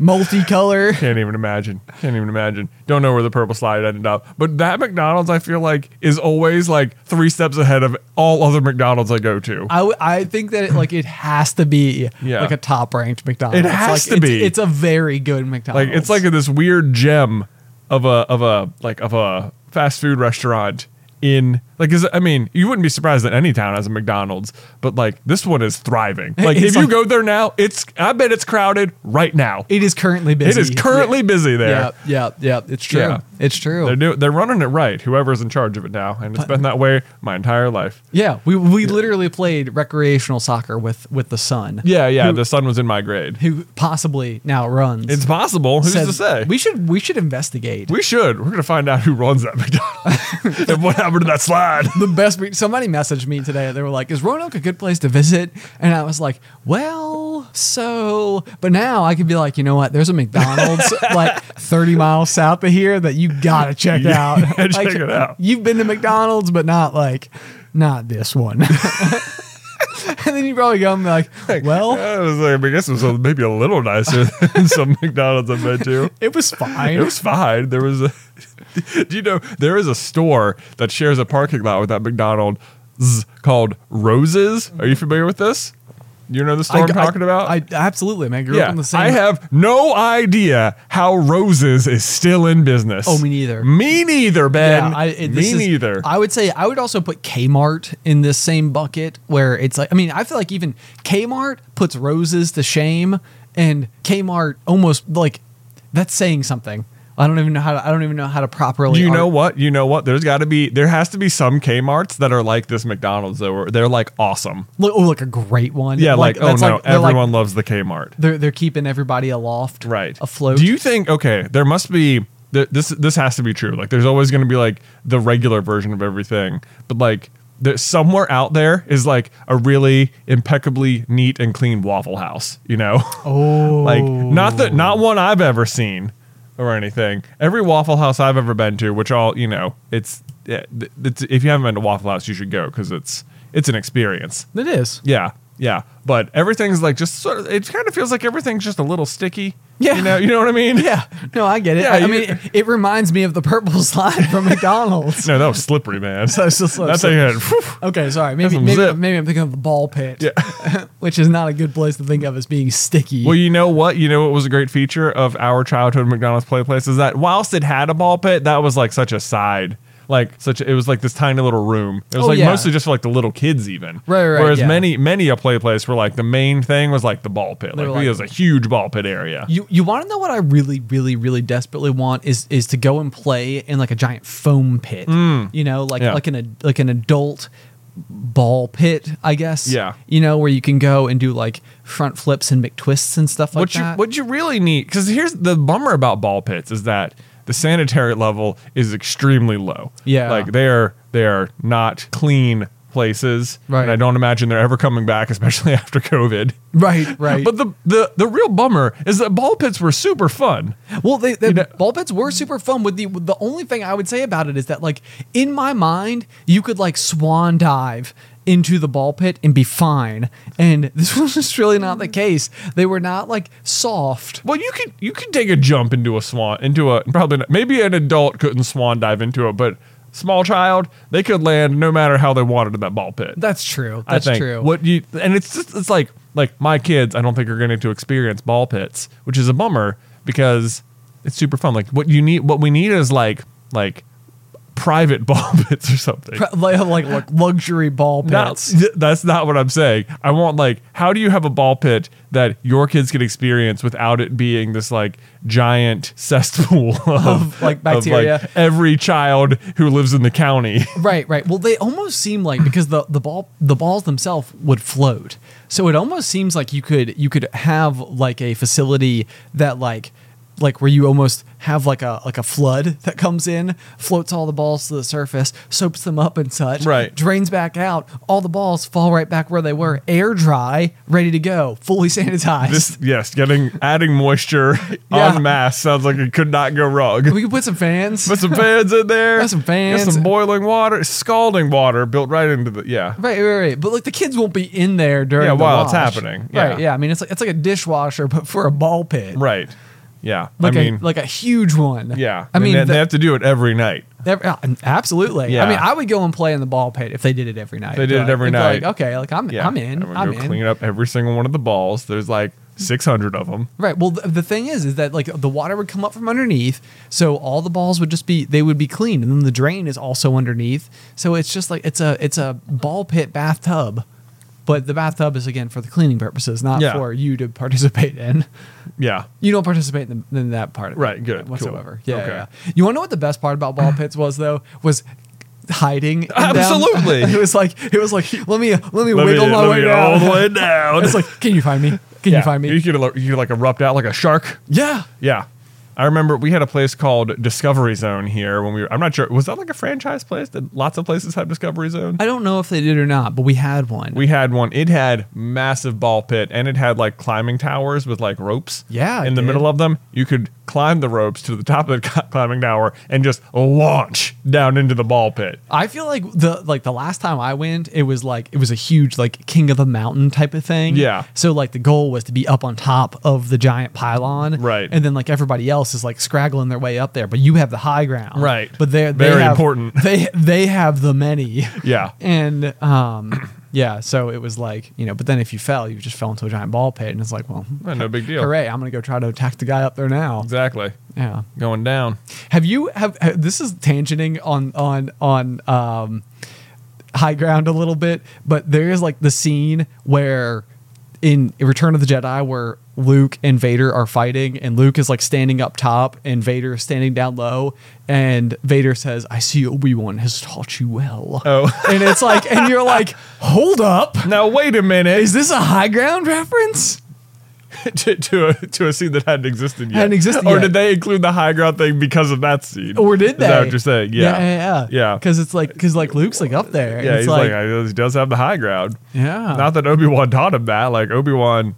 Speaker 2: multicolor.
Speaker 4: Can't even imagine. Can't even imagine. Don't know where the purple slide ended up. But that McDonald's, I feel like, is always like three steps ahead of all other McDonald's I go to.
Speaker 2: I, w- I think that it, like it has to be
Speaker 4: Yeah.
Speaker 2: like a top ranked McDonald's.
Speaker 4: It has
Speaker 2: Like,
Speaker 4: to
Speaker 2: it's-
Speaker 4: be.
Speaker 2: It's a very good McDonald's.
Speaker 4: like it's like this weird gem of a of a like of a fast food restaurant in like is I mean you wouldn't be surprised that any town has a McDonald's but like this one is thriving like
Speaker 2: It's
Speaker 4: if you
Speaker 2: like-
Speaker 4: go there now it's I bet it's crowded right now
Speaker 2: it is currently busy.
Speaker 4: it is currently busy there
Speaker 2: Yeah, yeah, yeah. It's true.
Speaker 4: Yeah.
Speaker 2: It's true.
Speaker 4: they're do, they're running it right whoever's in charge of it now and it's been that way my entire life
Speaker 2: yeah, we we literally played recreational soccer with with the son.
Speaker 4: yeah yeah
Speaker 2: Who,
Speaker 4: the son was in my grade
Speaker 2: who possibly now runs.
Speaker 4: it's possible who's
Speaker 2: said-
Speaker 4: to say
Speaker 2: We should we should investigate.
Speaker 4: we should we're gonna find out who runs that McDonald's and what happened to that slide
Speaker 2: the best re- somebody messaged me today. They were like, "Is Roanoke a good place to visit?" And I was like, "Well, so." But now I could be like, you know what? There's a McDonald's like 30 miles south of here that you gotta check
Speaker 4: Yeah,
Speaker 2: out.
Speaker 4: check
Speaker 2: Like,
Speaker 4: it out.
Speaker 2: You've been to McDonald's, but not like not this one. and then you probably go and be like, "Well,
Speaker 4: I was like, I guess it was a- maybe a little nicer than some McDonald's I've been to.
Speaker 2: it was
Speaker 4: It
Speaker 2: fine."
Speaker 4: was fine. There was a, do you know, there is a store that shares a parking lot with that McDonald's called Roses. Are you familiar with this? You know the store I, am talking about?
Speaker 2: I, absolutely, man. Grew up
Speaker 4: yeah,
Speaker 2: in the same.
Speaker 4: I have no idea how Roses is still in business.
Speaker 2: Oh, me neither.
Speaker 4: Me neither, Ben.
Speaker 2: I, it-
Speaker 4: me
Speaker 2: this is-
Speaker 4: neither.
Speaker 2: I would say I would also put Kmart in this same bucket where it's like I mean I feel like even Kmart puts roses to shame and Kmart almost like that's saying something. I don't even know how to, I don't even know how to properly.
Speaker 4: You
Speaker 2: ar-
Speaker 4: know what? You know what? There's got to be there has to be some Kmart's that are like this McDonald's that were they're like awesome.
Speaker 2: Look, oh, like a great one.
Speaker 4: Yeah, like, oh
Speaker 2: that's
Speaker 4: no,
Speaker 2: they're like-
Speaker 4: everyone loves the Kmart.
Speaker 2: they're they're keeping everybody aloft,
Speaker 4: Right.
Speaker 2: Afloat.
Speaker 4: Do you think okay, there must be th- this this has to be true. Like there's always going to be like the regular version of everything, but like there, somewhere out there is like a really impeccably neat and clean waffle house, you know?
Speaker 2: Oh,
Speaker 4: like not the not one I've ever seen or anything. Every Waffle House I've ever been to, which all you know, it's, yeah, th- it's if you haven't been to Waffle House, you should go because it's it's an experience.
Speaker 2: it is.
Speaker 4: Yeah, yeah. But everything's like just sort of. It kind of feels like everything's just a little sticky.
Speaker 2: Yeah.
Speaker 4: you know, you know what I mean.
Speaker 2: Yeah, no, I get it.
Speaker 4: Yeah,
Speaker 2: I, I
Speaker 4: you-
Speaker 2: mean, it, it reminds me of the purple slide from McDonald's.
Speaker 4: No, that was slippery, man.
Speaker 2: That's just so
Speaker 4: That's how you had. whew.
Speaker 2: Okay, sorry. Maybe
Speaker 4: some
Speaker 2: maybe,
Speaker 4: zip.
Speaker 2: maybe I'm thinking of the ball pit,
Speaker 4: Yeah.
Speaker 2: which is not a good place to think of as being sticky.
Speaker 4: Well, you know what? You know what was a great feature of our childhood McDonald's play place is that whilst it had a ball pit, that was like such a side. Like such, a, it was like this tiny little room. It was
Speaker 2: Oh,
Speaker 4: like
Speaker 2: yeah.
Speaker 4: mostly just for like the little kids, even.
Speaker 2: Right, right,
Speaker 4: Whereas
Speaker 2: yeah.
Speaker 4: many, many a play place were like the main thing was like the ball pit.
Speaker 2: They
Speaker 4: Like,
Speaker 2: were
Speaker 4: it
Speaker 2: like-
Speaker 4: was a huge ball pit area.
Speaker 2: You you want to know what I really really really desperately want is is to go and play in like a giant foam pit. You know, like
Speaker 4: Mm. Yeah.
Speaker 2: like an ad- like an adult ball pit, I guess.
Speaker 4: Yeah.
Speaker 2: You know where you can go and do like front flips and McTwists and stuff like
Speaker 4: what you
Speaker 2: that.
Speaker 4: what you really need because here's the bummer about ball pits is that the sanitary level is extremely low.
Speaker 2: Yeah.
Speaker 4: like they are they are not clean places,
Speaker 2: Right.
Speaker 4: And I don't imagine they're ever coming back, especially after COVID.
Speaker 2: right, right.
Speaker 4: But the, the the real bummer is that ball pits were super fun.
Speaker 2: Well, they, the ball pits were super fun. With the with the only thing I would say about it is that, like in my mind, you could like swan dive into the ball pit and be fine. And this was just really not the case. They were not like soft.
Speaker 4: Well, you could you could take a jump into a swan into a probably not, maybe an adult couldn't swan dive into it, but small child they could land no matter how they wanted in that ball pit.
Speaker 2: That's true. That's
Speaker 4: I think.
Speaker 2: true.
Speaker 4: What you and it's just it's like like my kids I don't think are going to experience ball pits, which is a bummer because it's super fun. Like what you need what we need is like like private ball pits or something.
Speaker 2: Pre- like, like like luxury ball
Speaker 4: Not-
Speaker 2: pits.
Speaker 4: th- that's not what I'm saying. I want like, how do you have a ball pit that your kids can experience without it being this like giant cesspool of,
Speaker 2: like, bacteria.
Speaker 4: every child who lives in the county.
Speaker 2: Right, right. Well, they almost seem like because the the ball the balls themselves would float, so it almost seems like you could you could have like a facility that like like where you almost have like a like a flood that comes in, floats all the balls to the surface, soaps them up and such,
Speaker 4: Right.
Speaker 2: Drains back out, all the balls fall right back where they were, air dry, ready to go, fully sanitized.
Speaker 4: This yes, getting adding moisture
Speaker 2: Yeah.
Speaker 4: en masse sounds like it could not go wrong.
Speaker 2: we could put some fans.
Speaker 4: Put some fans in there.
Speaker 2: Put some
Speaker 4: Get
Speaker 2: fans.
Speaker 4: some boiling water, scalding water built right into the yeah.
Speaker 2: Right, right, right. But like the kids won't be in there during
Speaker 4: Yeah,
Speaker 2: the
Speaker 4: while it's
Speaker 2: wash.
Speaker 4: happening. Yeah.
Speaker 2: Right, yeah. I mean, it's like it's like a dishwasher, but for a ball pit.
Speaker 4: Right. Yeah.
Speaker 2: like
Speaker 4: I mean
Speaker 2: a like a huge one.
Speaker 4: yeah.
Speaker 2: I mean,
Speaker 4: and they, they
Speaker 2: the-
Speaker 4: have to do it every night.
Speaker 2: every- uh, absolutely.
Speaker 4: Yeah.
Speaker 2: I mean, I would go and play in the ball pit if they did it every night.
Speaker 4: They did
Speaker 2: Like,
Speaker 4: it every
Speaker 2: it'd be
Speaker 4: night.
Speaker 2: Like, okay, like I'm
Speaker 4: Yeah.
Speaker 2: I'm in.
Speaker 4: And we
Speaker 2: I'm
Speaker 4: go
Speaker 2: in.
Speaker 4: Clean up every single one of the balls. There's like 600 of them.
Speaker 2: Right. Well, the, the thing is, is that like the water would come up from underneath, so all the balls would just be they would be clean, and then the drain is also underneath. So it's just like it's a it's a ball pit bathtub, but the bathtub is again for the cleaning purposes, not
Speaker 4: Yeah.
Speaker 2: for you to participate in.
Speaker 4: Yeah.
Speaker 2: You don't participate in, the, in that part, of
Speaker 4: Right,
Speaker 2: it
Speaker 4: good, cool.
Speaker 2: Whatsoever. Yeah,
Speaker 4: Okay.
Speaker 2: yeah, yeah. You want to know what the best part about ball pits was though? Was hiding. in them.
Speaker 4: Absolutely.
Speaker 2: it was like it was like let me let me
Speaker 4: Let me-
Speaker 2: wiggle my
Speaker 4: let
Speaker 2: way
Speaker 4: me
Speaker 2: down.
Speaker 4: all the way down.
Speaker 2: It's like, can you find me? Can you find me?
Speaker 4: You could, like- you could like erupt out like a shark.
Speaker 2: yeah.
Speaker 4: Yeah. I remember we had a place called Discovery Zone here when we were, I'm not sure, was that like a franchise place? Did lots of places have Discovery Zone?
Speaker 2: I don't know if they did or not, but we had one.
Speaker 4: We had one. It had massive ball pit and it had like climbing towers with like ropes.
Speaker 2: Yeah, it
Speaker 4: In the
Speaker 2: did.
Speaker 4: middle of them, you could climb the ropes to the top of the cl- climbing tower and just launch down into the ball pit.
Speaker 2: I feel like the like the last time I went, it was like it was a huge like king of the mountain type of thing.
Speaker 4: Yeah.
Speaker 2: So like the goal was to be up on top of the giant pylon.
Speaker 4: Right.
Speaker 2: And then like everybody else is like scraggling their way up there, but you have the high ground.
Speaker 4: Right.
Speaker 2: But they're they
Speaker 4: Very
Speaker 2: have-
Speaker 4: important.
Speaker 2: They they have the many.
Speaker 4: Yeah.
Speaker 2: And um yeah, so it was like, you know, but then if you fell, you just fell into a giant ball pit and it's like, well,
Speaker 4: Well, no big deal.
Speaker 2: hooray, I'm gonna go try to attack the guy up there now.
Speaker 4: Exactly.
Speaker 2: Yeah.
Speaker 4: Going down.
Speaker 2: Have you have, have- this is tangenting on on on um, high ground a little bit, but there is like the scene where in Return of the Jedi where Luke and Vader are fighting, and Luke is like standing up top, and Vader is standing down low, and Vader says, "I see Obi Wan has taught you well."
Speaker 4: Oh.
Speaker 2: and it's like, and you're like, "Hold up,
Speaker 4: Now wait a minute.
Speaker 2: is this a high ground reference?"
Speaker 4: to, to a to a scene that hadn't existed yet.
Speaker 2: Hadn't existed
Speaker 4: Or
Speaker 2: yet.
Speaker 4: did they include the high ground thing because of that scene?
Speaker 2: Or did
Speaker 4: Is
Speaker 2: they?
Speaker 4: that what you're saying? Yeah.
Speaker 2: yeah, yeah.
Speaker 4: Yeah.
Speaker 2: Because it's like, because like Luke's like up there. and
Speaker 4: Yeah,
Speaker 2: it's
Speaker 4: he's like, I- he does have the high ground.
Speaker 2: Yeah.
Speaker 4: Not that Obi Wan taught him that. Like Obi Wan,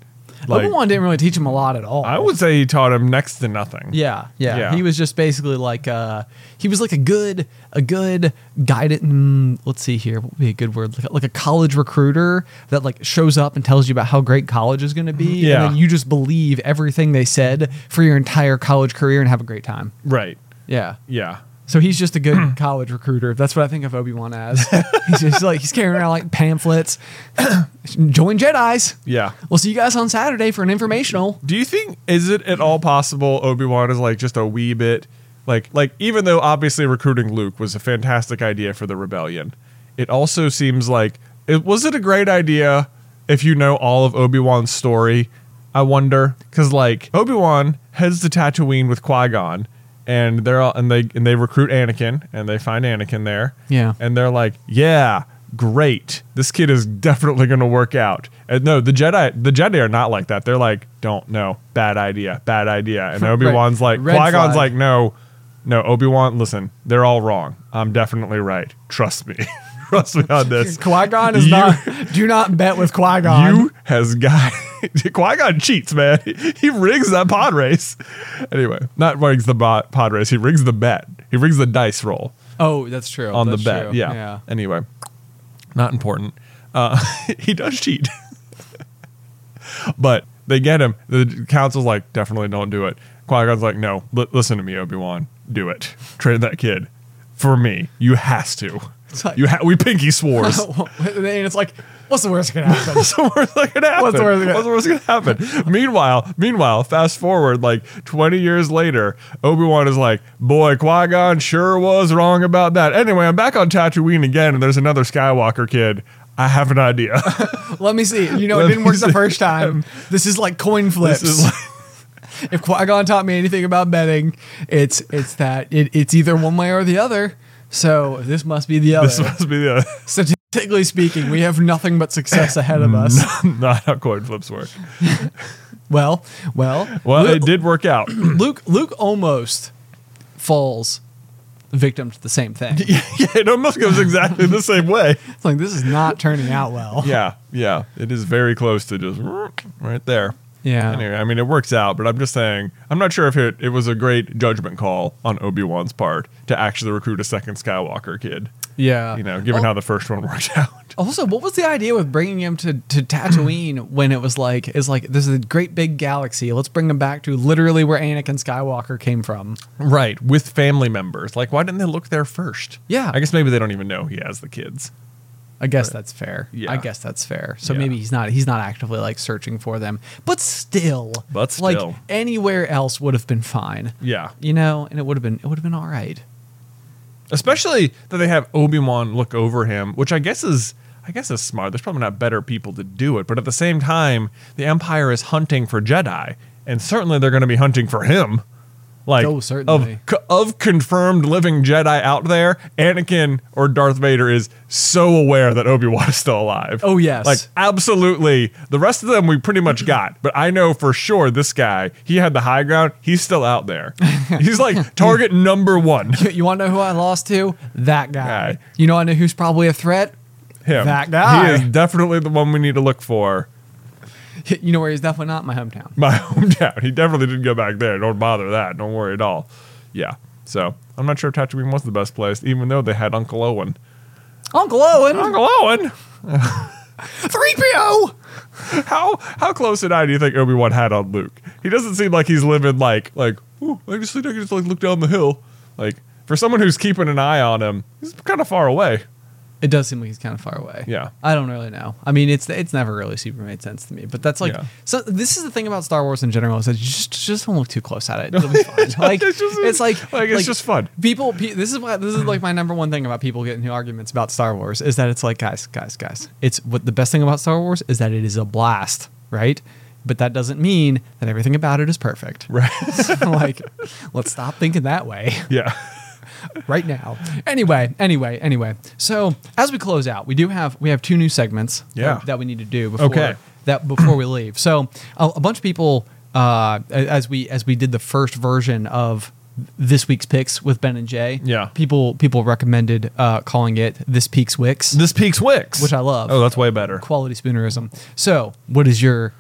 Speaker 4: like
Speaker 2: Obi Wan didn't really teach him a lot at all.
Speaker 4: I would say he taught him next to nothing.
Speaker 2: Yeah, yeah,
Speaker 4: Yeah.
Speaker 2: He was just basically like uh he was like a good a good guided mm, let's see here, what would be a good word? Like a, like a college recruiter that like shows up and tells you about how great college is going to be and
Speaker 4: Yeah.
Speaker 2: then you just believe everything they said for your entire college career and have a great time.
Speaker 4: Right.
Speaker 2: Yeah.
Speaker 4: Yeah.
Speaker 2: So he's just a good college recruiter. That's what I think of Obi Wan as. he's just like he's carrying around like pamphlets. Join Jedi's.
Speaker 4: Yeah.
Speaker 2: We'll see you guys on Saturday for an informational.
Speaker 4: Do you think is it at all possible Obi Wan is like just a wee bit like like even though obviously recruiting Luke was a fantastic idea for the rebellion, it also seems like it was it a great idea if you know all of Obi Wan's story. I wonder because like Obi Wan heads to Tatooine with Qui Gon, and they're all and they and they recruit Anakin and they find Anakin there.
Speaker 2: Yeah.
Speaker 4: and they're like, yeah. Great! This kid is definitely going to work out. And no, the Jedi, the Jedi are not like that. They're like, don't no, bad idea, bad idea. And Obi Wan's like,
Speaker 2: Red
Speaker 4: Qui Gon's
Speaker 2: flag.
Speaker 4: like, no, no, Obi Wan, listen, they're all wrong. I'm definitely right. Trust me, trust me on this.
Speaker 2: Qui Gon is
Speaker 4: You-
Speaker 2: not. Do not bet with Qui Gon.
Speaker 4: You has got Qui Gon cheats, man. He rigs that pod race. Anyway, not rigs the bot, pod race. He rigs the bet. He rigs the dice roll
Speaker 2: Oh, that's true.
Speaker 4: on
Speaker 2: That's
Speaker 4: the bet.
Speaker 2: true.
Speaker 4: Yeah. Anyway, not important. Uh, he does cheat, but they get him. The council's like, definitely don't do it. Qui Gon's like, no, li- listen to me, Obi Wan. Do it. Train that kid for me. You has to.
Speaker 2: like-
Speaker 4: you ha- we pinky swores.
Speaker 2: and it's like, what's the worst that can happen?
Speaker 4: What's the worst that could happen?
Speaker 2: What's the worst that could-
Speaker 4: gonna happen? meanwhile, meanwhile, fast forward like 20 years later, Obi Wan is like, "Boy, Qui Gon sure was wrong about that." Anyway, I'm back on Tatooine again, and there's another Skywalker kid. I have an idea.
Speaker 2: Let me see. You know,
Speaker 4: Let
Speaker 2: it didn't
Speaker 4: me
Speaker 2: work the
Speaker 4: see.
Speaker 2: first time. This is like coin flips.
Speaker 4: This is like-
Speaker 2: if Qui Gon taught me anything about betting, it's it's that it, it's either one way or the other. So this must be the other.
Speaker 4: this must be the
Speaker 2: Statistically speaking, we have nothing but success ahead of us.
Speaker 4: not how coin flips work.
Speaker 2: Well, well,
Speaker 4: Well,
Speaker 2: Luke,
Speaker 4: it did work out.
Speaker 2: Luke Luke almost falls victim to the same thing.
Speaker 4: yeah, it almost goes exactly the same way.
Speaker 2: It's like this is not turning out well.
Speaker 4: Yeah, yeah, it is very close to just right there.
Speaker 2: Yeah.
Speaker 4: Anyway, I mean, it works out, but I'm just saying, I'm not sure if it, it was a great judgment call on Obi Wan's part to actually recruit a second Skywalker kid,
Speaker 2: Yeah.
Speaker 4: you know, given how the first one worked out.
Speaker 2: Also, what was the idea with bringing him to, to Tatooine when it was like, it's like, this is a great big galaxy. Let's bring him back to literally where Anakin Skywalker came from.
Speaker 4: Right, with family members. Like, why didn't they look there first?
Speaker 2: Yeah.
Speaker 4: I guess maybe they don't even know he has the kids.
Speaker 2: I guess that's fair.
Speaker 4: Yeah.
Speaker 2: I guess that's fair. So
Speaker 4: Yeah.
Speaker 2: maybe he's not he's not actively like searching for them, but still,
Speaker 4: But
Speaker 2: like
Speaker 4: still.
Speaker 2: anywhere else would have been fine.
Speaker 4: Yeah.
Speaker 2: you know, and it would have been it would have been all right.
Speaker 4: Especially that they have Obi Wan look over him, which I guess is. I guess is smart. There's probably not better people to do it, but at the same time, the Empire is hunting for Jedi, and certainly they're going to be hunting for him. Like
Speaker 2: Oh, certainly.
Speaker 4: of of confirmed living Jedi out there, Anakin or Darth Vader is so aware that Obi Wan is still alive.
Speaker 2: Oh, yes.
Speaker 4: like absolutely. The rest of them we pretty much got, but I know for sure this guy. He had the high ground. He's still out there. He's like target number one.
Speaker 2: You, want to know who I lost to? That guy.
Speaker 4: Guy.
Speaker 2: You know, I know who's probably a threat.
Speaker 4: him.
Speaker 2: That guy.
Speaker 4: He is definitely the one we need to look for.
Speaker 2: You know where he's definitely not my hometown.
Speaker 4: My hometown. He definitely didn't go back there. Don't bother that. Don't worry at all. Yeah. So I'm not sure if Tatooine was the best place, even though they had Uncle Owen.
Speaker 2: Uncle Owen,
Speaker 4: Uncle Owen.
Speaker 2: Hmm. three PO.
Speaker 4: How how close an eye do you think Obi Wan had on Luke? He doesn't seem like he's living like like. Ooh, I just think I can just like look down the hill. Like for someone who's keeping an eye on him, he's kind of far away.
Speaker 2: It does seem like he's kind of far away.
Speaker 4: Yeah.
Speaker 2: I don't really know. I mean, it's it's never really super made sense to me. But that's like
Speaker 4: Yeah.
Speaker 2: so. This is the thing about Star Wars in general is that you just just don't look too close at it. It'll be fine. like it's,
Speaker 4: It's just-
Speaker 2: like
Speaker 4: like, it's just fun.
Speaker 2: People, pe- this is what this is like my number one thing about people getting into arguments about Star Wars is that it's like guys, guys, guys. It's what the best thing about Star Wars is that it is a blast, right? but that doesn't mean that everything about it is perfect.
Speaker 4: Right.
Speaker 2: So, like, let's stop thinking that way
Speaker 4: Yeah.
Speaker 2: right now. Anyway, anyway, anyway. So as we close out, we do have we have two new segments
Speaker 4: Yeah.
Speaker 2: that, that we need to do before
Speaker 4: Okay.
Speaker 2: that before we leave. So a, a bunch of people uh, a- as we as we did the first version of this week's picks with Ben and Jay.
Speaker 4: Yeah.
Speaker 2: people people recommended uh, calling it this peaks Wicks
Speaker 4: This peaks Wicks.
Speaker 2: Which I love.
Speaker 4: Oh, that's way better.
Speaker 2: quality spoonerism. So what is your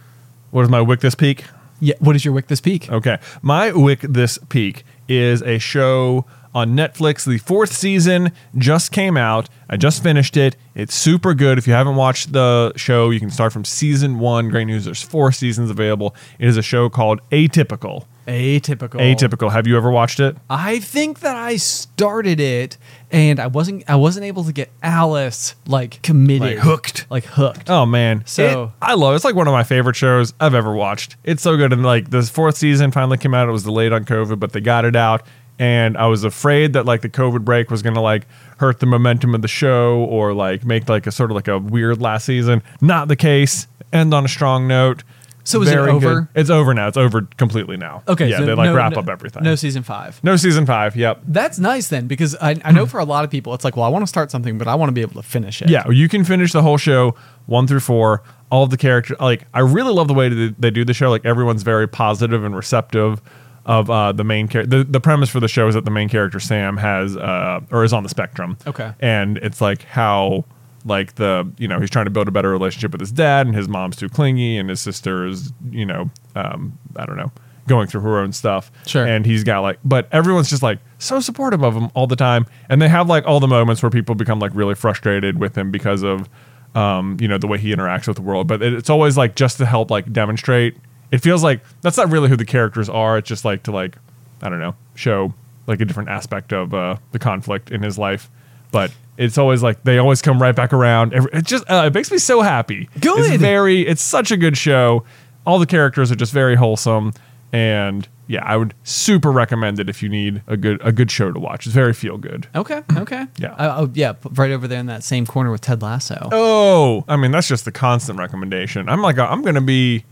Speaker 4: What is my Wick this peak?
Speaker 2: yeah, what is your wick this peak?
Speaker 4: Okay. My Wick This Peak is a show on Netflix. The fourth season just came out. I just finished it. It's super good. If you haven't watched the show, you can start from season one. Great news. There's four seasons available. It is a show called Atypical.
Speaker 2: Atypical.
Speaker 4: Atypical. Have you ever watched it?
Speaker 2: I think that I started it and I wasn't I wasn't able to get Alice like committed
Speaker 4: Like, hooked.
Speaker 2: like hooked.
Speaker 4: Oh man.
Speaker 2: So-
Speaker 4: It- I love it. It's like one of my favorite shows I've ever watched. It's so good. And like the fourth season finally came out. It was delayed on COVID, but they got it out. And I was afraid that like the COVID break was gonna like hurt the momentum of the show or like make like a sort of like a weird last season. Not the case. End on a strong note.
Speaker 2: So is it
Speaker 4: Very
Speaker 2: over?
Speaker 4: good. It's over now. It's over completely now.
Speaker 2: Okay,
Speaker 4: Yeah,
Speaker 2: so
Speaker 4: they like
Speaker 2: no-
Speaker 4: wrap
Speaker 2: no-
Speaker 4: up everything.
Speaker 2: No season five.
Speaker 4: no season five. Yep.
Speaker 2: That's nice then because I, I know for a lot of people it's like well I want to start something but I want to be able to finish it.
Speaker 4: Yeah, you can finish the whole show one through four. All of the characters, like I really love the way that they do the show. Like everyone's very positive and receptive of uh, the main character. The, the premise for the show is that the main character Sam has uh, or is on the spectrum.
Speaker 2: Okay.
Speaker 4: and it's like how like the you know he's trying to build a better relationship with his dad and his mom's too clingy and his sister is you know um, I don't know going through her own stuff
Speaker 2: Sure.
Speaker 4: and he's got like but everyone's just like so supportive of him all the time and they have like all the moments where people become like really frustrated with him because of um you know the way he interacts with the world but it, it's always like just to help like demonstrate it feels like that's not really who the characters are it's just like to like i don't know show like a different aspect of uh the conflict in his life but it's always like they always come right back around Every- it just uh, it makes me so happy
Speaker 2: Good.
Speaker 4: it's very it's such a good show all the characters are just very wholesome and yeah i would super recommend it if you need a good a good show to watch it's very feel good
Speaker 2: Okay. Okay.
Speaker 4: Yeah.
Speaker 2: I- oh yeah. p- Right over there in that same corner with Ted Lasso.
Speaker 4: oh i mean that's just the constant recommendation i'm like i'm gonna be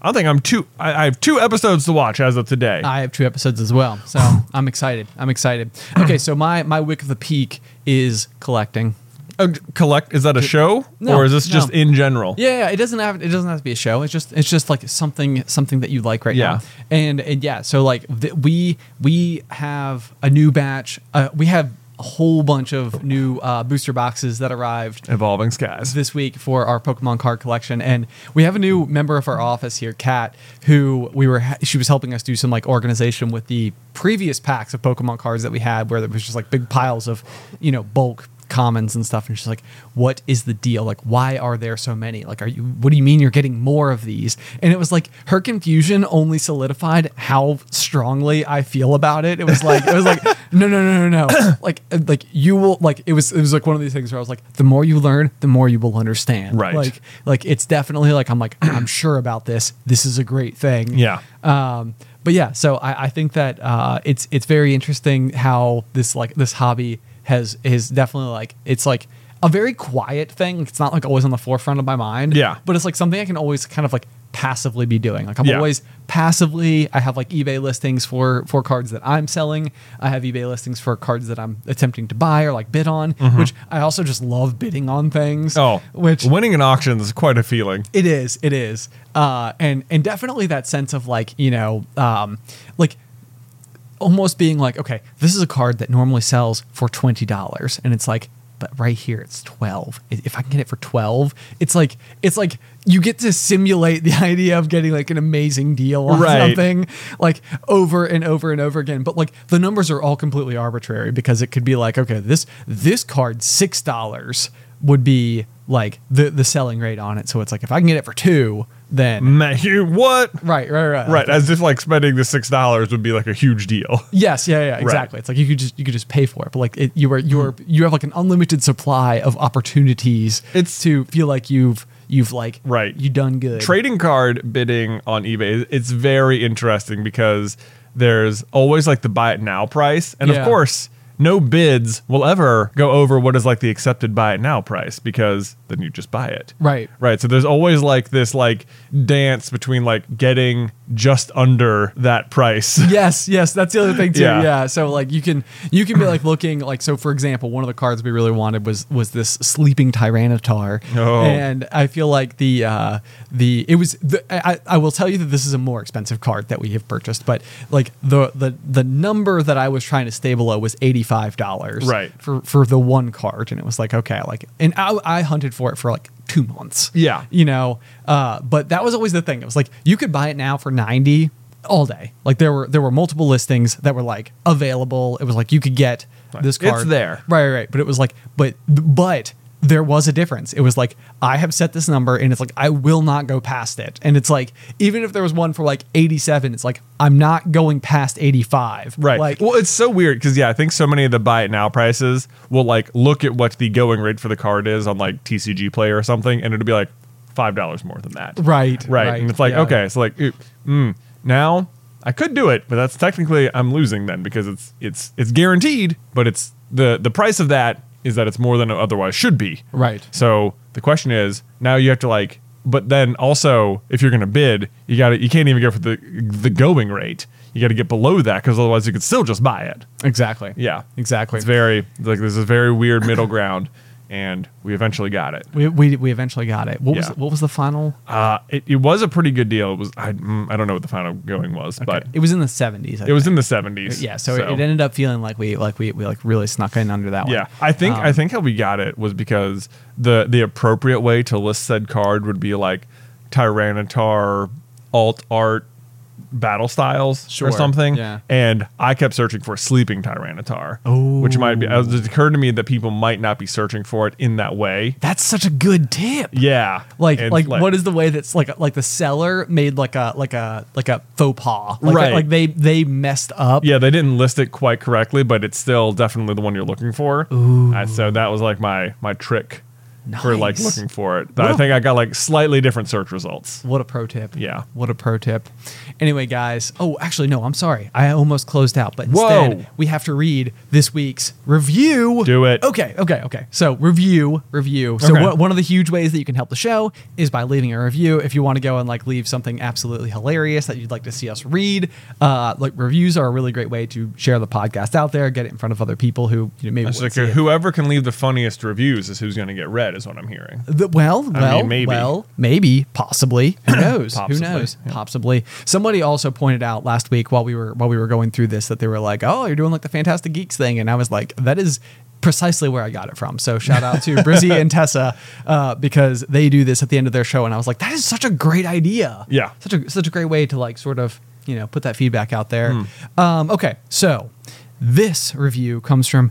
Speaker 4: i think i'm two i, I have two episodes to watch as of today
Speaker 2: I have two episodes as well, so I'm excited. I'm excited. Okay, so my my wick of the peak is collecting.
Speaker 4: Oh, d- collect is that a show
Speaker 2: No,
Speaker 4: or is this just
Speaker 2: no.
Speaker 4: in general
Speaker 2: Yeah, yeah, it doesn't have it doesn't have to be a show. It's just it's just like something something that you like right
Speaker 4: Yeah.
Speaker 2: now. And and yeah, so like th- we we have a new batch. Uh, we have a whole bunch of new uh, booster boxes that arrived
Speaker 4: evolving skies
Speaker 2: this week for our Pokemon card collection, and we have a new member of our office here, Kat, who we were ha- she was helping us do some like organization with the previous packs of Pokemon cards that we had, where there was just like big piles of you know bulk commons and stuff, and she's like, "What is the deal? Like, why are there so many? Like, are you? What do you mean you're getting more of these?" And it was like her confusion only solidified how strongly I feel about it. It was like it was like no no no no no like uh, like you will like it was it was like one of these things where I was like the more you learn the more you will understand
Speaker 4: Right.
Speaker 2: like like it's definitely like I'm like I'm sure about this this is a great thing
Speaker 4: yeah
Speaker 2: um, but yeah, so I, I think that uh, it's it's very interesting how this like this hobby has is definitely like it's like a very quiet thing. It's not like always on the forefront of my mind.
Speaker 4: Yeah.
Speaker 2: but it's like something I can always kind of like passively be doing. Like I'm
Speaker 4: Yeah.
Speaker 2: always passively. I have like eBay listings for for cards that I'm selling. I have eBay listings for cards that I'm attempting to buy or like bid on. Which I also just love bidding on things.
Speaker 4: Mm-hmm. oh
Speaker 2: which
Speaker 4: winning an auction is quite a feeling
Speaker 2: it is. It is. Uh, and and definitely that sense of like you know, um, like almost being like, okay, this is a card that normally sells for twenty dollars, and it's like, but right here it's twelve. I- If I can get it for twelve, it's like it's like you get to simulate the idea of getting like an amazing deal on
Speaker 4: Right.
Speaker 2: something like over and over and over again. But like the numbers are all completely arbitrary because it could be like, okay, this this card six dollars would be like the the selling rate on it. So it's like if I can get it for two, then
Speaker 4: Ma- you what
Speaker 2: right, right, right,
Speaker 4: Mm. Right, as if like spending the six dollars would be like a huge deal.
Speaker 2: Yes, yeah, yeah, exactly. It's like you could just you could just pay for it, but like it, you are you are you have like an unlimited supply of opportunities.
Speaker 4: It's-
Speaker 2: to feel like you've you've like
Speaker 4: Right.
Speaker 2: you done good.
Speaker 4: Trading card bidding on eBay, it's very interesting because there's always like the buy it now price, and
Speaker 2: Yeah.
Speaker 4: of course no bids will ever go over what is like the accepted buy it now price because then you just buy it.
Speaker 5: Right.
Speaker 4: Right. So there's always like this like dance between like getting just under that price.
Speaker 2: Yes, yes, that's the other thing too.
Speaker 4: Yeah.
Speaker 2: Yeah. So like you can you can be like looking like so for example, one of the cards we really wanted was was this sleeping Tyranitar.
Speaker 4: Oh.
Speaker 2: And I feel like the uh the it was the I, I will tell you that this is a more expensive card that we have purchased, but like the the the number that I was trying to stable at was eighty five dollars.
Speaker 4: Right.
Speaker 2: For for the one card. And it was like, okay, I like it. And I I hunted for it for like two months.
Speaker 4: Yeah.
Speaker 2: You know, uh, but that was always the thing. It was like you could buy it now for 90 all day. Like there were there were multiple listings that were like available. It was like you could get this
Speaker 4: It's
Speaker 2: card.
Speaker 4: there.
Speaker 2: Right, right, right. But it was like but but there was a difference. It was like I have set this number and it's like I will not go past it. And it's like even if there was one for like 87, it's like I'm not going past 85.
Speaker 4: Right.
Speaker 2: Like
Speaker 4: well, it's so weird because yeah, I think so many of the buy it now prices will like look at what the going rate for the card is on like TCG Player or something, and it'll be like five dollars more than that.
Speaker 2: Right,
Speaker 4: Right.
Speaker 2: right,
Speaker 4: and it's like
Speaker 2: yeah.
Speaker 4: okay, so like it- mm, now I could do it, but that's technically I'm losing then because it's it's it's guaranteed, but it's the the price of that is that it's more than it otherwise should be.
Speaker 2: Right.
Speaker 4: So the question is now you have to like, but then also if you're gonna bid, you got to you can't even go for the the going rate. You got to get below that because otherwise you could still just buy it.
Speaker 2: exactly.
Speaker 4: Yeah,
Speaker 2: Exactly.
Speaker 4: It's very like this is very weird middle ground, and we eventually got it.
Speaker 2: we, we, we eventually got it. What
Speaker 4: Yeah.
Speaker 2: was what was the final?
Speaker 4: Uh, it, it was a pretty good deal. It was I, mm, I don't know what the final going was, but
Speaker 2: It was in the 70s. I
Speaker 4: it was
Speaker 2: think.
Speaker 4: in the seventies.
Speaker 2: Yeah, so, it ended up feeling like we like we, we like really snuck in under that one.
Speaker 4: Yeah, I think
Speaker 2: um,
Speaker 4: I think how we got it was because the the appropriate way to list said card would be like Tyranitar alt art battle styles or
Speaker 2: Sure,
Speaker 4: something.
Speaker 2: yeah.
Speaker 4: And I kept searching for sleeping Tyranitar, which might be.
Speaker 2: Oh.
Speaker 4: uh, It occurred to me that people might not be searching for it in that way.
Speaker 2: That's such a good tip.
Speaker 4: Yeah,
Speaker 2: Like
Speaker 4: And,
Speaker 2: like what is the way that's like like the seller made like a like a like a faux pas. Like,
Speaker 4: Right.
Speaker 2: Like they they messed up.
Speaker 4: Yeah, they didn't list it quite correctly, but it's still definitely the one you're looking for. Uh, so that was like my my trick for like
Speaker 2: Nice.
Speaker 4: looking for it. But I think I got like slightly different search results.
Speaker 2: What a pro tip.
Speaker 4: Yeah.
Speaker 2: What a pro tip. Anyway, guys. Oh, actually, no, I'm sorry. I almost closed out, but instead
Speaker 4: Whoa.
Speaker 2: we have to read this week's review.
Speaker 4: Do it.
Speaker 2: Okay, okay, okay. So review, review. So
Speaker 4: Okay.
Speaker 2: one- one of the huge ways that you can help the show is by leaving a review. If you want to go and like leave something absolutely hilarious that you'd like to see us read, uh, like reviews are a really great way to share the podcast out there, get it in front of other people who you know, maybe
Speaker 4: It's
Speaker 2: wouldn't
Speaker 4: like
Speaker 2: see it.
Speaker 4: whoever can leave the funniest reviews is who's going to get read, is what I'm hearing.
Speaker 2: The, well, well,
Speaker 4: maybe.
Speaker 2: well, maybe, possibly. Who knows? Who
Speaker 4: Possibly,
Speaker 2: knows? Possibly. Somebody also pointed out last week while we were while we were going through this that they were like, "Oh, you're doing like the Fantastic Geeks thing," and I was like, "That is." Precisely where I got it from. So shout out to Brizzy and Tessa uh, because they do this at the end of their show, and I was like, "That is such a great idea."
Speaker 4: Yeah.
Speaker 2: such a such a great way to like sort of you know put that feedback out there.
Speaker 4: Hmm.
Speaker 2: Um, okay, so this review comes from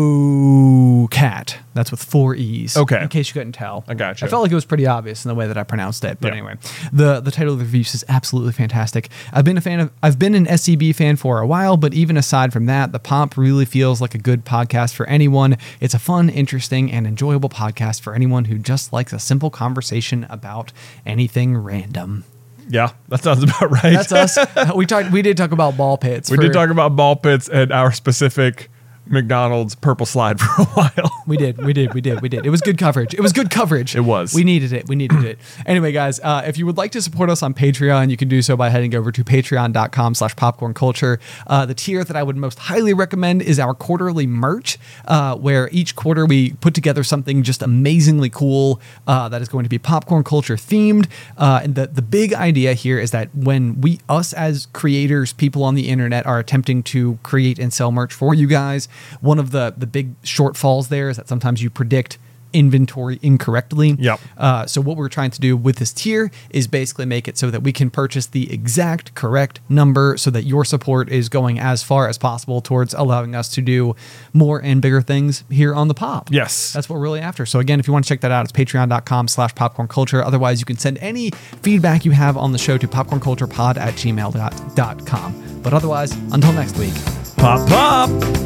Speaker 2: Joe Cat. That's with four e's.
Speaker 4: Okay.
Speaker 2: in case you couldn't tell,
Speaker 4: I gotcha.
Speaker 2: I felt like it was pretty obvious in the way that I pronounced it, but
Speaker 4: Yeah.
Speaker 2: anyway, the the title of the review is absolutely fantastic. I've been a fan of I've been an SCB fan for a while, but even aside from that, the pomp really feels like a good podcast for anyone. It's a fun, interesting, and enjoyable podcast for anyone who just likes a simple conversation about anything random.
Speaker 4: Yeah, that sounds about right.
Speaker 2: That's us. we talked. We did talk about ball pits.
Speaker 4: we
Speaker 2: for-
Speaker 4: did talk about ball pits and our specific McDonald's purple slide for a while.
Speaker 2: We did, we did, we did, we did. It was good coverage. It was good coverage.
Speaker 4: It was.
Speaker 2: We needed it. We needed it. Anyway, guys, uh, if you would like to support us on Patreon, you can do so by heading over to patreon.com slash popcorn culture. Uh, the tier that I would most highly recommend is our quarterly merch, uh, where each quarter we put together something just amazingly cool uh, that is going to be popcorn culture themed. Uh, and the, the big idea here is that when we, us as creators, people on the internet are attempting to create and sell merch for you guys, one of the, the big shortfalls there is that sometimes you predict inventory incorrectly.
Speaker 4: Yep.
Speaker 2: Uh, so what we're trying to do with this tier is basically make it so that we can purchase the exact correct number so that your support is going as far as possible towards allowing us to do more and bigger things here on the pop.
Speaker 4: Yes.
Speaker 2: That's what we're really after. So again, if you want to check that out, it's patreon.com slash popcorn culture. Otherwise, you can send any feedback you have on the show to popcornculturepod at gmail.com. But otherwise, until next week,
Speaker 4: Pop, pop.